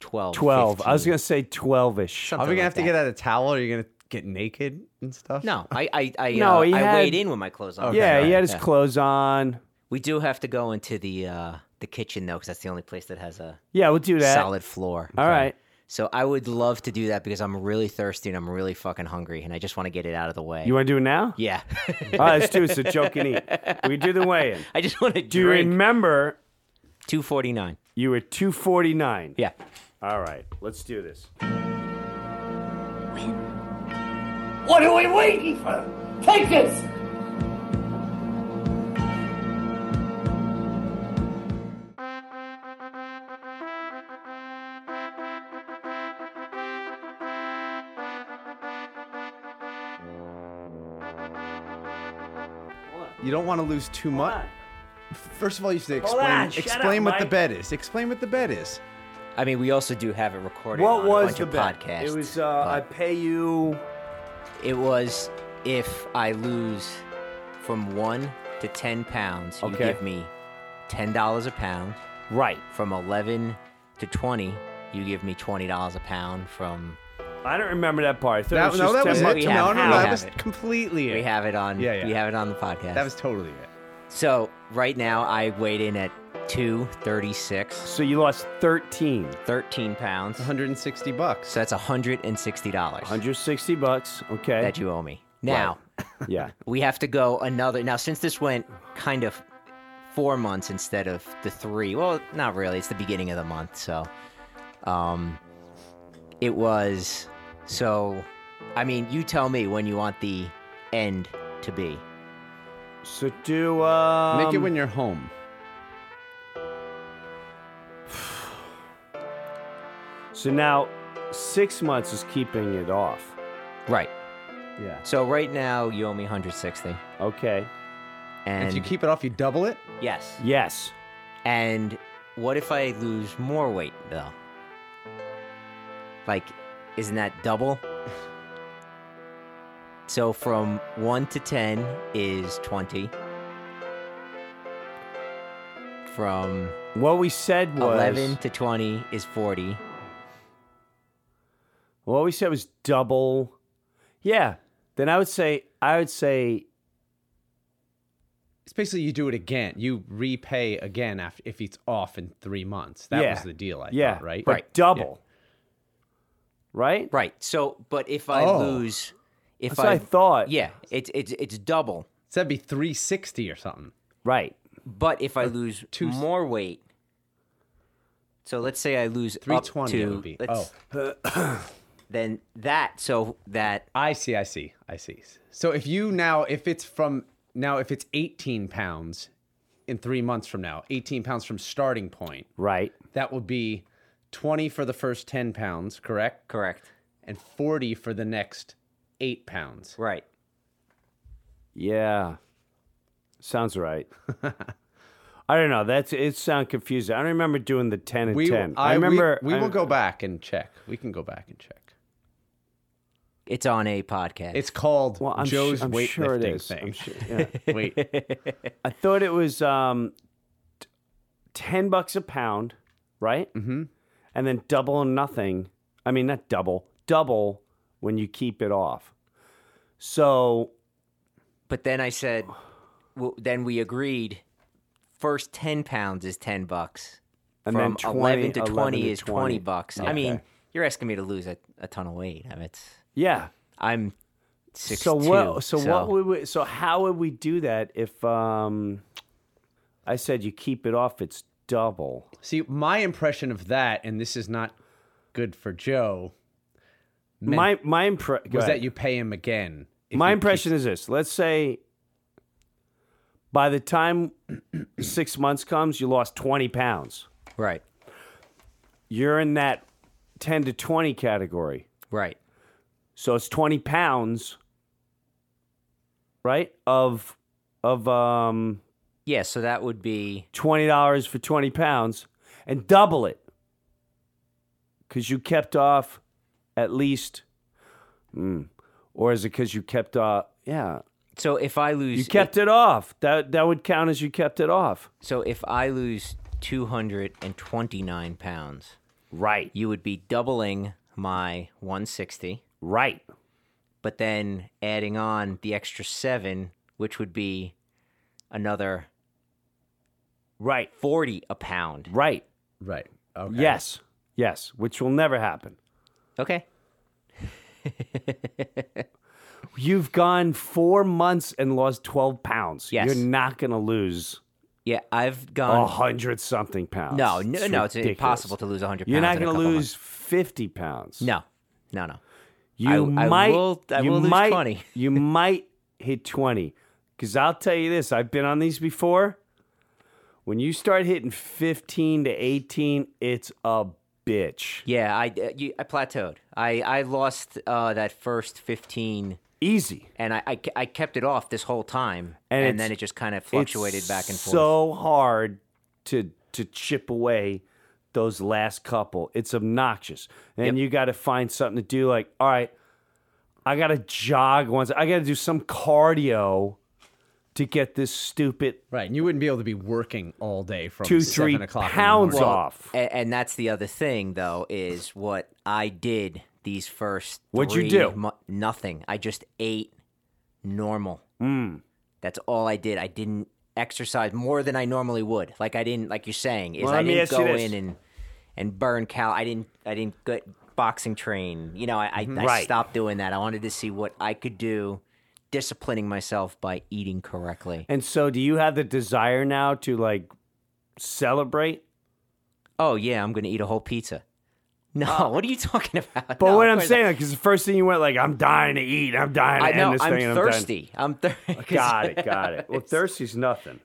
S5: 12.
S2: Twelve. I was
S5: 15.
S2: gonna say twelve-ish.
S5: Something
S4: Are we gonna
S5: like
S4: have to
S5: that.
S4: get out a towel? Are you gonna get naked and stuff?
S5: No, I I I,
S2: No,
S5: uh,
S2: he
S5: I
S2: had-
S5: weighed in with my clothes on.
S2: yeah, he had his
S5: Yeah.
S2: clothes on.
S5: We do have to go into the uh, the kitchen though, because that's the only place that has a
S2: Yeah, we'll do that.
S5: solid floor.
S2: All right.
S5: So I would love to do that because I'm really thirsty and I'm really fucking hungry and I just want to get it out of the way.
S2: You want to do it now?
S5: yeah,
S2: All right, let's do it. So joke and eat. We do the weigh-in.
S5: I just want to
S2: Do you
S5: drink.
S2: remember
S5: Two forty nine.
S2: you were two forty-nine?
S5: Yeah.
S2: All right, let's do this.
S1: What are we waiting for? Take this!
S4: You don't want to lose too much. First of all, you have to
S2: Hold
S4: explain
S2: on, shut
S4: explain
S2: up,
S4: what the
S2: Mike.
S4: bed is. Explain what the bed is.
S5: I mean, we also do have it recorded.
S2: What
S5: on a
S2: was
S5: bunch
S2: the
S5: of
S2: bet?
S5: podcast?
S2: It was uh, I pay you.
S5: It was if I lose from one to ten pounds, you
S2: Okay.
S5: give me ten dollars a pound.
S2: Right.
S5: From eleven to twenty, you give me twenty dollars a pound. From
S2: I don't remember that part. I thought it
S4: That,
S2: was
S4: no,
S2: just
S4: that was
S2: 10
S4: it.
S2: bucks.
S5: have
S4: No, no,
S5: it.
S4: no,
S5: We
S4: that
S5: have
S4: was
S5: it.
S4: completely it.
S5: we have it on.
S4: Yeah, yeah.
S5: We have it on the podcast.
S4: That was totally it.
S5: so. Right now, I weighed in at two thirty-six,
S2: So you lost 13,
S5: thirteen pounds.
S4: 160 bucks.
S5: So that's hundred and sixty dollars
S2: 160 bucks. Okay.
S5: that you owe me. Now
S2: yeah.
S5: we have to go another. Now since this went kind of four months instead of the three. Well, not really. It's the beginning of the month, so um, it was. So, I mean, you tell me when you want the end to be.
S2: So do um,
S4: Make it when you're home.
S2: So now six months is keeping it off.
S5: Right.
S4: Yeah.
S5: So right now you owe me 160.
S2: Okay.
S5: And
S4: If you keep it off, you double it.
S5: yes.
S2: Yes.
S5: And what if I lose more weight though? Like, isn't that double? so from one to ten is twenty. From
S2: What we said was
S5: eleven to twenty is forty.
S2: What we said was double. Yeah. Then I would say I would say
S4: It's basically you do it again. You repay again after if it's off in three months. That
S2: yeah.
S4: was the deal. I
S2: yeah,
S4: thought, right?
S2: But
S5: Right.
S2: Double. Right.
S5: Right. So, but if I
S4: Oh.
S5: lose, if
S2: That's what I thought.
S5: yeah, it's it's it's double.
S4: So that'd be 360 or something.
S2: Right.
S5: But if I lose
S4: two-
S5: more weight, so let's say I lose up
S4: 320 it
S5: to
S4: would be.
S5: let's-
S2: Oh.
S5: then that so that
S4: I see. I see. I see. So if you now, if it's from now, if it's 18 pounds in three months from now, 18 pounds from starting point,
S2: Right.
S4: that will be 20 for the first 10 pounds, correct?
S5: correct
S4: And 40 for the next eight pounds.
S5: right
S2: Yeah. Sounds right. I don't know. That's it. Sound confusing. I don't remember doing the ten and
S4: We,
S2: ten.
S4: I,
S2: remember.
S4: We, we
S2: I-
S4: will go back and check. We can go back and check.
S5: It's on a podcast.
S4: It's called
S2: Well, I'm su-
S4: Joe's
S2: I'm
S4: weightlifting
S2: sure it is.
S4: thing.
S2: I'm sure- yeah.
S4: Wait,
S2: I thought it was um, t- ten bucks a pound, right? Mm-hmm. And then double or nothing. I mean, not double, double when you keep it off. So
S5: but then I said, well, then we agreed. First ten pounds is ten bucks.
S2: and
S5: From
S2: then 20,
S5: eleven to twenty
S2: 11 to
S5: is twenty bucks. I mean, you're asking me to lose a, a ton of weight. I mean, it's
S2: yeah.
S5: I'm six
S2: so what? So, what would we? So how would we do that if um, I said you keep it off? It's double.
S4: see, my impression of that, and this is not good for Joe,
S2: my my impression
S4: was that you pay him again. if
S2: My
S4: you
S2: impression is this. Let's say by the time six months comes, you lost 20 pounds.
S5: right,
S2: You're in that 10 to 20 category.
S5: right.
S2: So it's 20 pounds, right? Of of um
S5: Yeah, so that would be
S2: $20 for 20 pounds and double it. Cause you kept off at least mm, or is it because you kept off yeah.
S5: so if I lose
S2: You kept it off. That that would count as you kept it off.
S5: so if I lose two hundred and twenty nine pounds,
S2: Right.
S5: you would be doubling my one sixty.
S2: Right.
S5: but then adding on the extra seven, which would be another
S2: Right.
S5: 40 a pound.
S2: Right.
S4: keep- right. Okay.
S2: Yes. Yes. Which will never happen.
S5: Okay.
S2: You've gone four months and lost twelve pounds.
S5: Yes.
S2: You're not gonna lose
S5: Yeah, I've
S2: a
S5: gone.
S2: hundred something pounds.
S5: no, no, no, it's
S2: Oh, ridiculous.
S5: impossible to lose 100 pounds.
S2: You're not
S5: in a
S2: gonna
S5: couple
S2: lose fifty pounds.
S5: months. No, no, no.
S2: You
S5: I- I
S2: might.
S5: will- I
S2: you
S5: will lose
S2: might,
S5: 20.
S2: you might hit twenty. Because I'll tell you this: I've been on these before. When you start hitting fifteen to eighteen, it's a bitch.
S5: Yeah, I, uh, you, I plateaued. I, I lost uh, that first 15,
S2: Easy.
S5: and I, I, ke- I kept it off this whole time,
S2: And
S5: and,
S2: it's-
S5: then it just kind of fluctuated
S2: It's
S5: back and forth.
S2: So hard to to chip away those last couple. It's obnoxious. And you got to find something to do like, all right, I got to jog once. I got to do some cardio to get this stupid
S4: Right. And you wouldn't be able to be working all day from
S2: 2
S4: seven
S2: 3
S4: o'clock
S2: pounds
S4: in the morning.
S2: off.
S5: A- And, that's the other thing, though, is what I did these first.
S2: What'd you
S5: three
S2: do?
S5: mo- nothing. I just ate normal.
S2: Mm.
S5: That's all I did. I didn't exercise more than I normally would. Like I didn't, like you're saying, is
S2: Well,
S5: I
S2: let me
S5: didn't
S2: ask you
S5: go
S2: this.
S5: in and and burn cal. I didn't. I didn't get boxing train. You know, I, I, I
S2: Mm-hmm. Right.
S5: stopped doing that. I wanted to see what I could do, disciplining myself by eating correctly.
S2: And so do you have the desire now to like celebrate?
S5: Oh yeah, I'm gonna eat a whole pizza. No, what are you talking about?
S2: Uh, But
S5: No,
S2: what
S5: of
S2: I'm
S5: course not.
S2: saying, like, is the first thing you went like, I'm dying to eat. I'm dying to
S5: I
S2: end
S5: know.
S2: this
S5: I'm
S2: thing. and I'm dying-
S5: thirsty. I'm thirsty.
S2: Got it. Got it. Well, thirsty's nothing.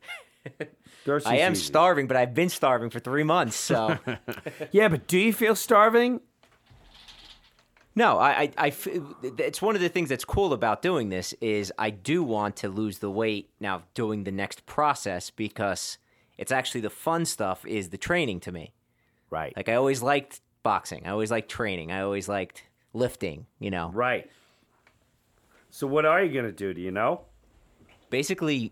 S2: Thirsty's
S5: I am
S2: easy.
S5: starving, but I've been starving for three months. So
S2: Yeah, but do you feel starving?
S5: no, I, I, I f- it's one of the things that's cool about doing this is I do want to lose the weight now doing the next process because it's actually the fun stuff is the training to me.
S2: Right.
S5: Like I always liked boxing. I always liked training. I always liked lifting. You know,
S2: right. So what are you gonna do? Do you know?
S5: basically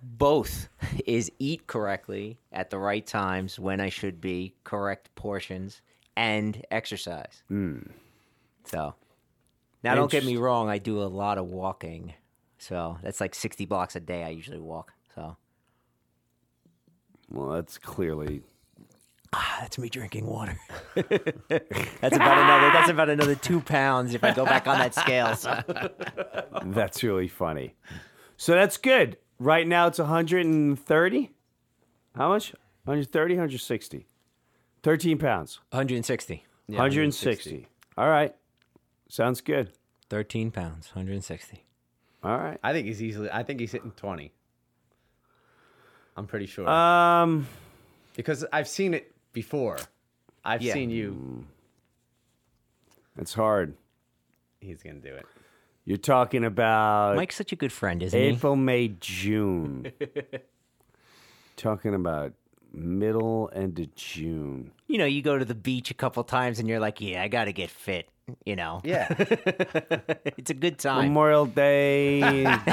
S5: both is eat correctly at the right times when I should be correct portions and exercise. So now don't get me wrong, I do a lot of walking. So that's like 60 blocks a day I usually walk. So
S2: Well, that's clearly
S5: ah, that's me drinking water. that's about another that's about another 2 pounds if I go back on that scale. So
S2: that's really funny. So that's good. Right now it's 130. How much? 130, 160. 13 pounds.
S5: 160.
S2: 160. All right. Sounds good.
S5: 13 pounds, 160.
S2: All right.
S4: I think he's easily. I think he's hitting twenty. I'm pretty sure
S2: Um
S4: because I've seen it before. I've
S5: Yeah.
S4: seen you.
S2: it's hard.
S4: He's gonna do it.
S2: You're talking about
S5: Mike's such a good friend, isn't he?
S2: April, May, June. Talking about middle end of June.
S5: You know, you go to the beach a couple times and you're like, yeah, I got to get fit. You know,
S4: Yeah.
S5: it's a good time.
S2: Memorial Day,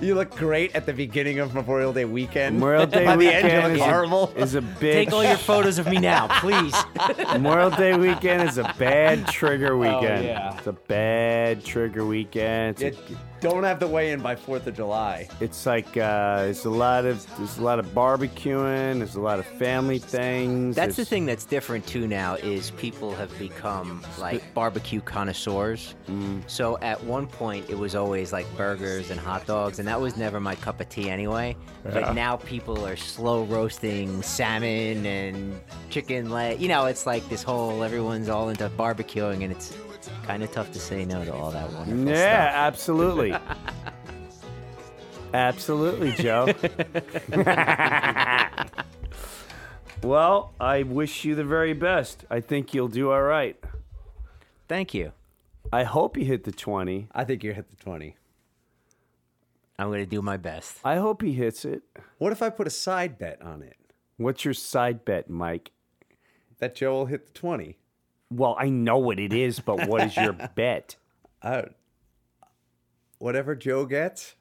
S4: you look great at the beginning of Memorial Day weekend.
S2: Memorial Day
S4: By the
S2: weekend
S4: end, you
S2: is
S4: look horrible.
S2: A, is a bitch.
S5: Take all your photos of me now, please.
S2: Memorial Day weekend is a bad
S5: Oh,
S2: trigger weekend. It's a bad trigger weekend.
S4: You
S2: It's,
S4: don't have to weigh in by Fourth of July.
S2: it's like uh, it's a lot of there's a lot of barbecuing. There's a lot of family things.
S5: That's the
S2: it's-
S5: thing that's different too now is people have become like barbecue connoisseurs.
S2: mm.
S5: So at one point it was always like burgers and hot dogs, and that was never my cup of tea anyway. But now people are slow roasting salmon and chicken leg. You know, it's like this whole everyone's all into barbecuing, and it's kind of tough to say no to all that wonderful
S2: Yeah,
S5: stuff.
S2: absolutely. absolutely, Joe. well, I wish you the very best. I think you'll do all right.
S5: Thank you.
S2: I hope you hit the 20.
S4: I think you hit the twenty.
S5: I'm gonna do my best.
S2: I hope he hits it.
S4: What if I put a side bet on it
S2: What's your side bet, Mike?
S4: that Joe will hit the twenty?
S2: Well, I know what it is, but what is your bet?
S4: Uh, whatever Joe gets,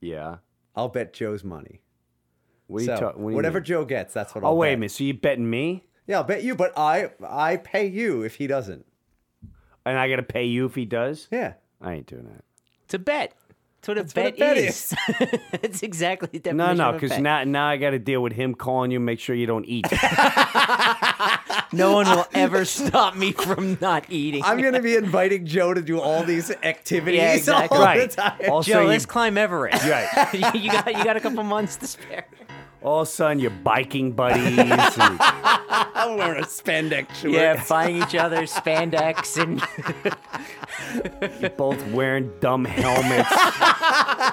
S2: Yeah.
S4: I'll bet Joe's money.
S2: What are you
S4: So,
S2: talking?
S4: whatever Joe gets, that's what
S2: Oh
S4: I'll
S2: wait a
S4: bet.
S2: minute. So you betting me,
S4: Yeah, I'll bet you, but I I pay you if he doesn't.
S2: and I gotta pay you if he does?
S4: Yeah.
S2: I ain't doing that.
S5: It's a bet. That's what a
S4: what a
S5: bet
S4: bet
S5: is. it's exactly the
S2: No,
S5: definition
S2: no,
S5: of a
S2: because
S5: bet.
S2: now now I gotta deal with him calling you, make sure you don't eat.
S5: No one will ever stop me from not eating.
S4: I'm gonna be inviting Joe to do all these activities
S5: Yeah, exactly.
S4: all
S2: Right.
S4: the time.
S2: Also,
S5: Joe,
S2: you-
S5: let's climb Everest.
S2: Right.
S5: you got you got a couple months to spare.
S2: all of a sudden you're biking buddies. and-
S4: I'm wearing a spandex shirt.
S5: Yeah, buying each other spandex and
S2: both wearing dumb helmets,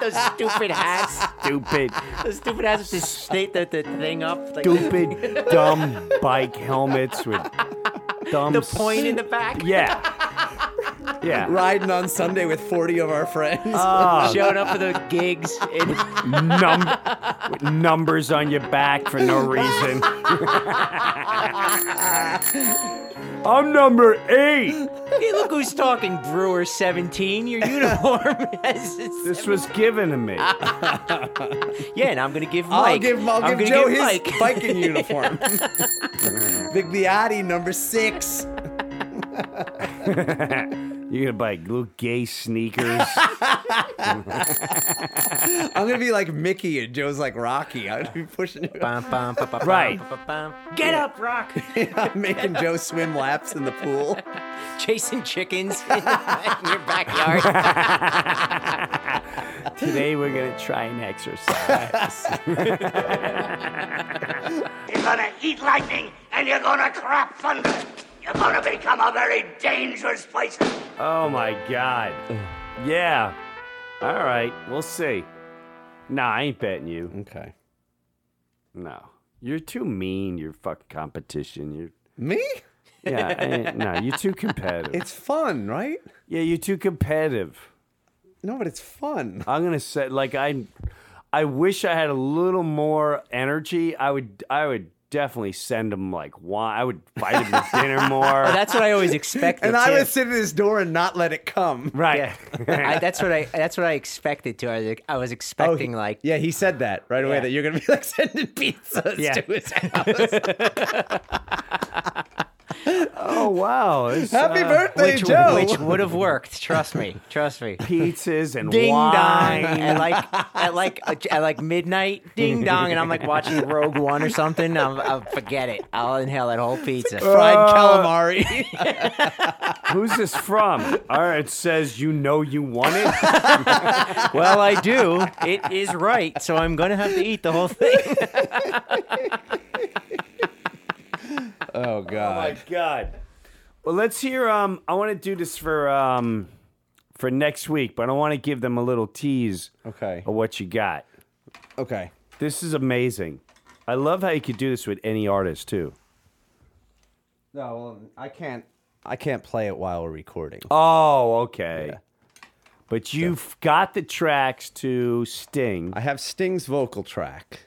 S5: those stupid hats.
S2: stupid,
S5: Those stupid hats with the state the, the thing up. Like
S2: stupid, dumb bike helmets with dumb
S5: The point in the back.
S2: yeah, yeah. Ah.
S4: Riding on Sunday with 40 of our friends.
S2: Uh,
S5: Showed up for the gigs. And
S2: Num- with numbers on your back for no reason. I'm number eight.
S5: hey, look who's talking, Brewer 17. Your uniform. has-
S2: This was given to me.
S5: yeah, and I'm going to give Mike.
S4: I'll give, I'll
S5: I'm
S4: give
S5: gonna
S4: Joe his
S5: Mike.
S4: biking uniform. Bigliotti number six.
S2: You're gonna buy little gay sneakers.
S4: I'm gonna be like Mickey and Joe's like Rocky. I'm gonna be pushing him.
S5: Bum, bum, ba, ba, bum,
S2: Right.
S5: ba, ba, bum. Get up, Rock.
S4: I'm making Joe swim laps in the pool.
S5: Chasing chickens in, the- in your backyard.
S2: Today we're gonna try and exercise.
S1: You're gonna eat lightning and you're gonna crap thunder. You're gonna become a very dangerous place.
S2: Oh my god. Yeah. All right. We'll see. Nah, I ain't betting you.
S4: Okay.
S2: No. You're too mean. You're fucking competition. You're.
S4: Me?
S2: Yeah. I ain't- no, you're too competitive.
S4: It's fun, right?
S2: yeah, you're too competitive.
S4: No, but it's fun.
S2: I'm gonna say like I, I wish I had a little more energy. I would. I would definitely send him like wine. I would fight him to dinner more.
S5: Oh, That's what I always expected.
S4: And I
S5: too.
S4: would sit at his door and not let it come.
S2: right.
S5: I, that's what I. That's what I expected too. I was, I was
S4: Oh,
S5: expecting like
S4: yeah, he said that right away
S5: Yeah.
S4: that you're gonna be like sending pizzas
S2: Yeah.
S4: to his house.
S2: Oh wow. It's,
S4: Happy
S2: uh,
S4: birthday,
S5: which,
S4: Joe.
S5: which would have worked. Trust me. Trust me.
S2: Pizzas and
S5: Ding
S2: wine.
S5: dong at like at like at like midnight. Ding dong, and I'm like watching Rogue One or something. I'm, I'll forget it. I'll inhale that whole pizza.
S4: Fried
S2: Uh,
S4: calamari.
S2: Who's this from? All right, it says you know you want it.
S5: Well, I do. It is right, so I'm gonna have to eat the whole thing.
S4: Oh god.
S2: God. Well, let's hear. Um, I want to do this for um, for next week, but I want to give them a little tease
S4: okay.
S2: of what you got.
S4: Okay.
S2: This is amazing. I love how you could do this with any artist too.
S4: No, well, I can't. I can't play it while we're recording.
S2: Oh, okay.
S4: Yeah.
S2: But you've got the tracks to Sting.
S4: I have Sting's vocal track.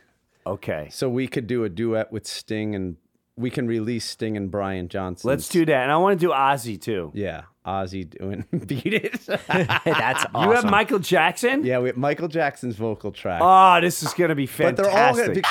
S2: Okay.
S4: So we could do a duet with Sting and we can release Sting and Brian Johnson.
S2: Let's do that. And I want to do Ozzy too.
S4: Yeah, Ozzy doing beat it.
S5: That's awesome.
S2: You have Michael Jackson?
S4: yeah, we have Michael Jackson's vocal track.
S2: Oh, this is going to be
S4: but
S2: fantastic.
S4: they're all gonna be,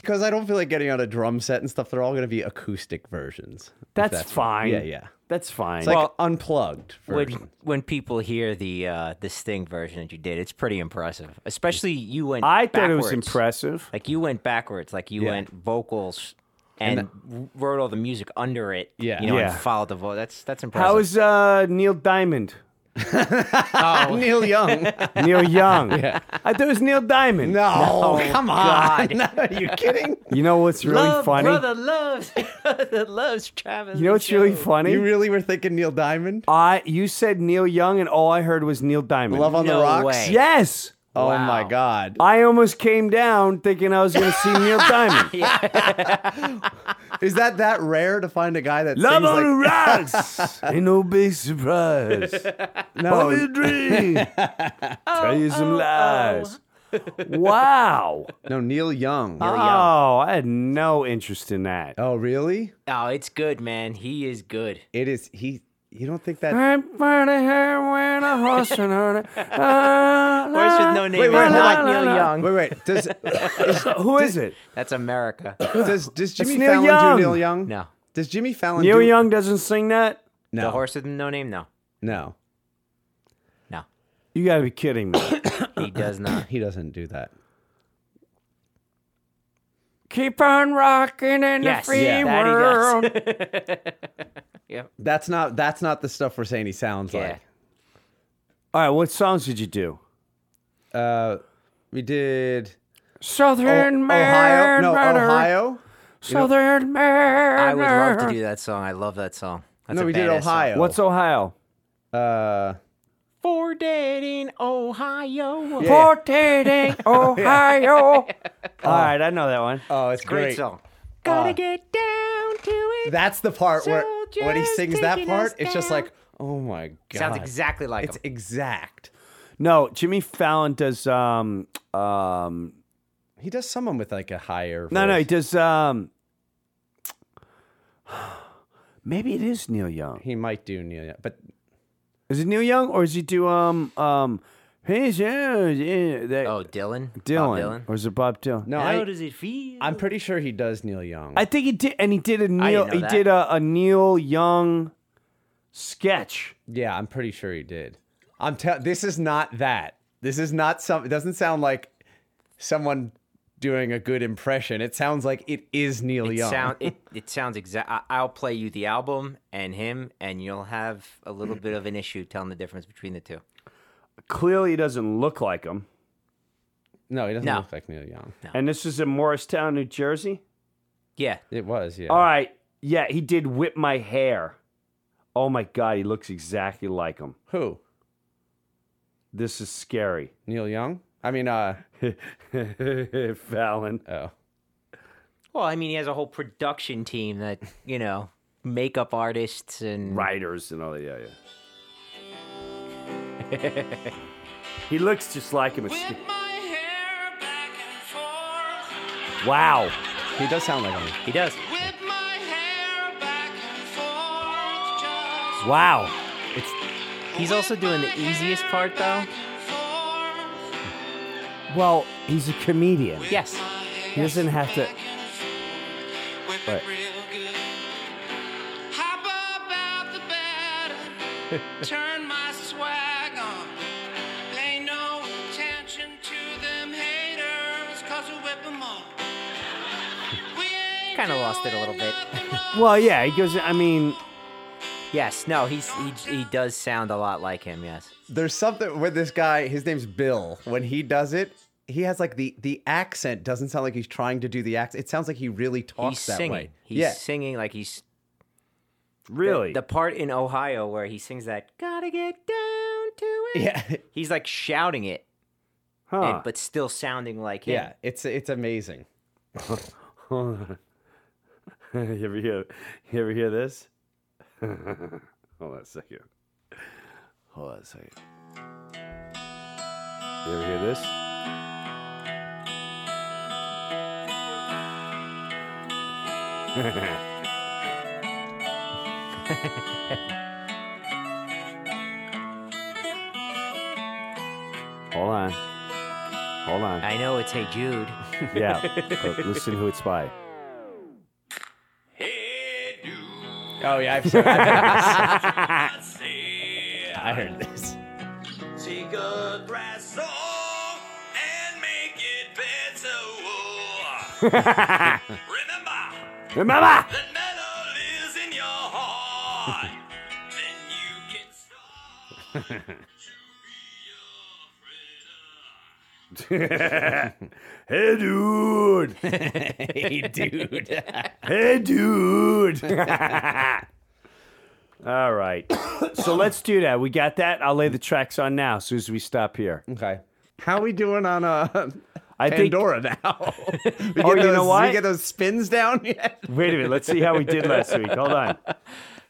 S4: because I don't feel like getting on a drum set and stuff. They're all going to be acoustic versions. if
S2: That's,
S4: what-
S2: fine.
S4: Yeah, yeah.
S2: That's fine.
S4: It's like unplugged version.
S5: when, when people hear the uh, the Sting version that you did, it's pretty impressive. Especially you went.
S2: I thought it was
S5: backwards.
S2: impressive.
S5: Like you went backwards. Like you
S4: Yeah.
S5: went vocals and, wrote all the music under it.
S4: Yeah.
S5: you know,
S2: Yeah.
S5: and followed the vote. That's that's impressive.
S2: How is uh, Neil Diamond?
S4: Neil Young.
S2: Neil Young. I thought it was Neil Diamond.
S4: No, come on. No, are you kidding?
S2: You know what's really
S5: love,
S2: funny?
S5: brother loves brother loves Travis.
S2: You know what's really funny?
S4: You really were thinking Neil Diamond?
S2: I you said Neil Young and all I heard was Neil Diamond.
S4: Love on
S5: No
S4: the Rocks?
S5: way.
S2: yes.
S4: Oh
S5: Wow.
S4: my God.
S2: I almost came down thinking I was going to see Neil Diamond.
S4: Is that that rare to find a guy that
S2: Love
S4: sings
S2: on
S4: like,
S2: the rocks. Ain't no big surprise. Have a
S4: no,
S2: dream. Tell you some lies. Wow.
S4: no, Neil Young.
S2: Oh, I had no interest in that.
S4: Oh, really?
S5: Oh, it's good, man. He is good.
S4: It is. He. You don't think that?
S2: I'm funny here when a horse and her. Ah,
S5: Horse with no
S2: la,
S5: name.
S2: la,
S5: Wait,
S4: wait,
S2: la,
S4: hold
S5: like
S4: on.
S2: la,
S5: Neil
S2: la.
S5: Young.
S4: Wait, wait. Does is,
S2: Who is it?
S5: That's America.
S4: does does Jimmy
S2: Neil
S4: Fallon
S2: Young.
S4: do Neil Young?
S5: No.
S4: Does Jimmy Fallon
S2: Neil
S4: do
S2: Young doesn't sing that?
S4: No.
S5: The horse with no name. No,
S4: No.
S5: no,
S2: You got to be kidding me.
S5: he does not.
S4: He doesn't do that.
S2: Keep on rocking in
S5: Yes,
S2: the free
S5: yeah, that he does.
S2: world.
S4: That's not. That's not the stuff we're saying he sounds
S5: Yeah.
S4: like.
S2: All right, what songs did you do?
S4: Uh, we did.
S2: Southern
S4: Oh- Ohio.
S2: Man.
S4: No,
S2: runner.
S4: Ohio.
S2: Southern Man.
S5: I would love to do that song. I love that song. That's
S4: no,
S5: a
S4: we did
S5: badass song.
S4: Ohio.
S2: What's Ohio?
S4: uh?
S5: For dead in Ohio.
S4: Yeah.
S2: Portating Ohio. All right, I know that one.
S4: Oh, it's
S5: Great
S4: great.
S5: song. Uh, Gotta get down to it.
S4: That's the part where
S5: Soldiers
S4: when he sings that
S5: taking us
S4: part, it's just
S5: down.
S4: like, oh my god,
S5: Sounds exactly like
S4: It's
S5: him.
S4: exact.
S2: No, Jimmy Fallon does um um
S4: He does someone with like a higher.
S2: no no he
S4: voice.
S2: does um maybe it is Neil Young.
S4: he might do Neil, Young, but
S2: Is it Neil Young or is he do um um hey yeah, yeah, that
S5: Oh, Dylan. Bob
S2: Dylan,
S5: Dylan.
S2: or is it Bob Dylan?
S4: no,
S5: How
S4: I,
S5: does it feel?
S4: I'm pretty sure he does Neil Young.
S2: I think he did and he did a Neil
S5: know
S2: he
S5: that.
S2: did a, a Neil Young sketch.
S4: yeah, I'm pretty sure he did. I'm tell. This is not that. This is not some. It doesn't sound like someone doing a good impression. It sounds like it is Neil
S5: it,
S4: Young.
S5: sound, it, it sounds exact. I'll play you the album and him, and you'll have a little bit of an issue telling the difference between the two.
S2: Clearly he doesn't look like him.
S4: no, he doesn't
S5: No.
S4: look like Neil Young.
S2: And this is in Morristown, New Jersey.
S5: Yeah.
S4: It was yeah.
S2: All right. Yeah, he did whip my hair. Oh my god, he looks exactly like him.
S4: Who?
S2: This is scary.
S4: Neil Young? I mean, uh,
S2: Fallon.
S4: oh.
S5: Well, I mean, he has a whole production team that you know, makeup artists and
S2: Writers and all that. Yeah, yeah. he looks just like him. It's- Wow.
S4: He does sound like him.
S5: He does.
S2: Wow.
S5: It's. He's also doing the easiest part though.
S2: Well, he's a comedian.
S5: Yes.
S2: He doesn't have to. Right.
S8: Turn my swag on. Pay no attention to them haters, cause we whip 'em all. We ain't
S5: Kind of lost it a little bit.
S2: Well, yeah, he goes, I mean,
S5: Yes. No. He's. He, he does sound a lot like him. Yes.
S4: There's something with this guy. His name's Bill. When he does it, he has like the the accent doesn't sound like he's trying to do the accent. It sounds like he really talks
S5: He's
S4: that
S5: singing.
S4: way.
S5: He's
S4: yeah.
S5: singing like he's
S2: really.
S5: the part in Ohio where he sings that "Gotta get down to it."
S4: yeah.
S5: He's like shouting it,
S2: huh.
S5: and, but still sounding like him.
S4: Yeah. It's it's amazing.
S2: you ever hear? You ever hear this? Hold on a second. Hold on a second. You ever hear this? Hold on. Hold on.
S5: I know it's Hey Jude.
S2: Yeah. But listen who it's by.
S4: Oh yeah, I've seen I heard this.
S8: Take a grass off and make it better. Remember,
S2: Remember!
S8: that metal is in your heart. then you can start to be
S2: Hey, dude!
S4: hey dude.
S2: Hey, dude. All right. So let's do that. We got that. I'll lay the tracks on now as soon as we stop here.
S4: okay. How are we doing on uh
S2: I think.
S4: Pandora now? we get
S2: Oh, you know
S4: those-
S2: what?
S4: We get those spins down yet?
S2: Wait a minute. Let's see how we did last week. Hold on.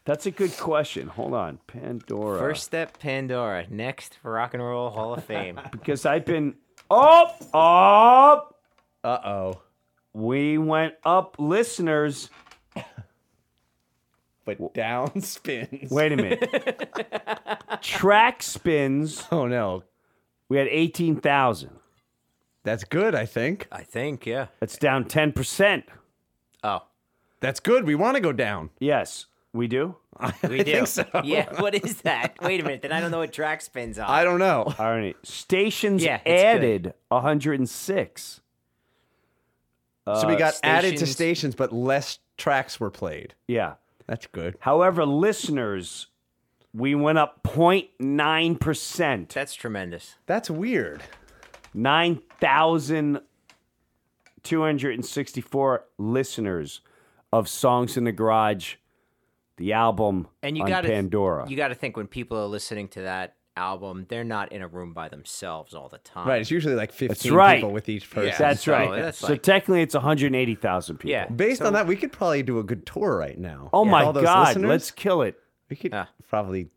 S2: That's a good question. Hold on. Pandora.
S5: First step, Pandora. Next, Rock and Roll Hall of Fame.
S2: Because I've been up, up.
S4: Uh oh.
S2: We went up, listeners.
S4: But down spins.
S2: Wait a minute. Track spins.
S4: Oh no.
S2: We had 18,000.
S4: That's good, I think.
S5: I think, yeah.
S2: That's down 10%.
S5: Oh,
S4: That's good. We want to go down.
S2: Yes, we do.
S5: we do.
S4: think so.
S5: Yeah. What is that? Wait a minute. Then I don't know what track spins on.
S4: I don't know.
S2: All right. Stations
S5: Yeah, it's good.
S2: added 106. Uh,
S4: so we got added to
S5: stations-
S4: stations, but less tracks were played.
S2: Yeah.
S4: That's good.
S2: However, listeners, we went up 0.9%.
S5: That's tremendous.
S4: That's weird.
S2: 9,264 listeners of Songs in the Garage, the album
S5: And you
S2: on
S5: got to
S2: Pandora.
S5: You got to think when people are listening to that album, they're not in a room by themselves all the time.
S4: Right. It's usually like 15
S2: right.
S4: people with each person.
S2: That's
S5: So
S2: right.
S5: that's
S2: so
S5: like-
S2: technically, it's 180,000 people.
S5: Yeah.
S4: Based on that, we could probably do a good tour right now.
S2: Oh
S4: With
S2: my
S4: all those
S2: God,
S4: listeners.
S2: let's kill it.
S4: We could
S5: Yeah.
S4: probably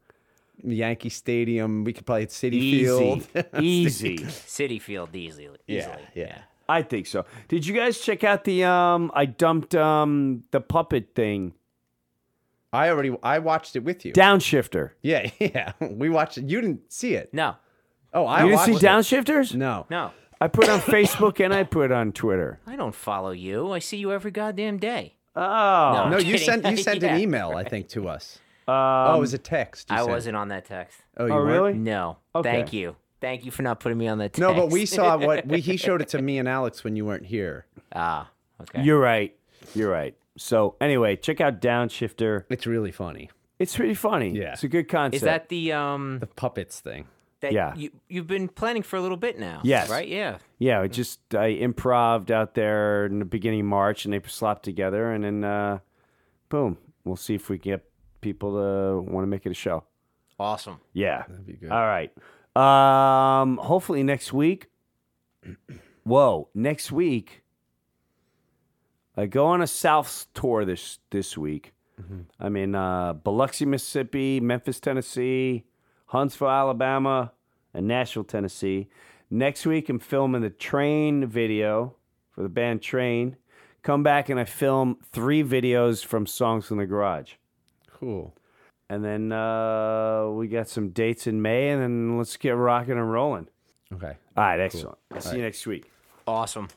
S4: Yankee Stadium. We could play at City
S2: Easy.
S4: Field.
S2: Easy.
S5: City Field easily.
S4: yeah,
S5: easily.
S4: yeah.
S2: I think so. Did you guys check out the um I dumped um the puppet thing?
S4: I already I watched it with you.
S2: Downshifter.
S4: yeah, yeah. We watched it. You didn't see it.
S5: No.
S4: Oh, I
S2: You didn't
S4: watched
S2: see
S4: it.
S2: downshifters?
S4: No.
S5: No.
S2: I put it on Facebook and I put it on Twitter.
S5: I don't follow you. I see you every goddamn day.
S2: Oh.
S4: No,
S5: I'm
S4: you
S5: kidding.
S4: sent you sent
S5: Yeah,
S4: an email, I think, to us.
S2: um,
S4: oh, it was a text. you
S5: I
S4: sent.
S5: wasn't on that text.
S4: Oh, you
S2: oh,
S4: weren't?
S2: really?
S5: No.
S2: Okay.
S5: Thank you. Thank you for not putting me on that text.
S4: No, but we saw what we he showed it to me and Alex when you weren't here.
S5: Ah, okay.
S2: You're right. You're right. So anyway, check out Downshifter.
S4: It's really funny.
S2: It's pretty funny.
S4: Yeah.
S2: It's a good concept.
S5: Is that the um
S4: The puppets thing.
S5: that
S2: yeah.
S5: you you've been planning for a little bit now?
S2: Yes.
S5: Right? Yeah.
S2: Yeah, I just I improved out there in the beginning of March and they slapped together and then uh boom. We'll see if we can get people to want to make it a show.
S5: Awesome.
S2: Yeah. That'd
S4: be good.
S2: All right. Um, hopefully next week. Whoa, next week. I go on a South tour this this week. I'm in uh, Biloxi, Mississippi, Memphis, Tennessee, Huntsville, Alabama, and Nashville, Tennessee. Next week, I'm filming the Train video for the band Train. Come back and I film three videos from Songs from the Garage.
S4: Cool.
S2: And then uh, we got some dates in May, and then let's get rocking and rolling.
S4: Okay.
S2: All right, excellent. I'll see you next week.
S5: Awesome.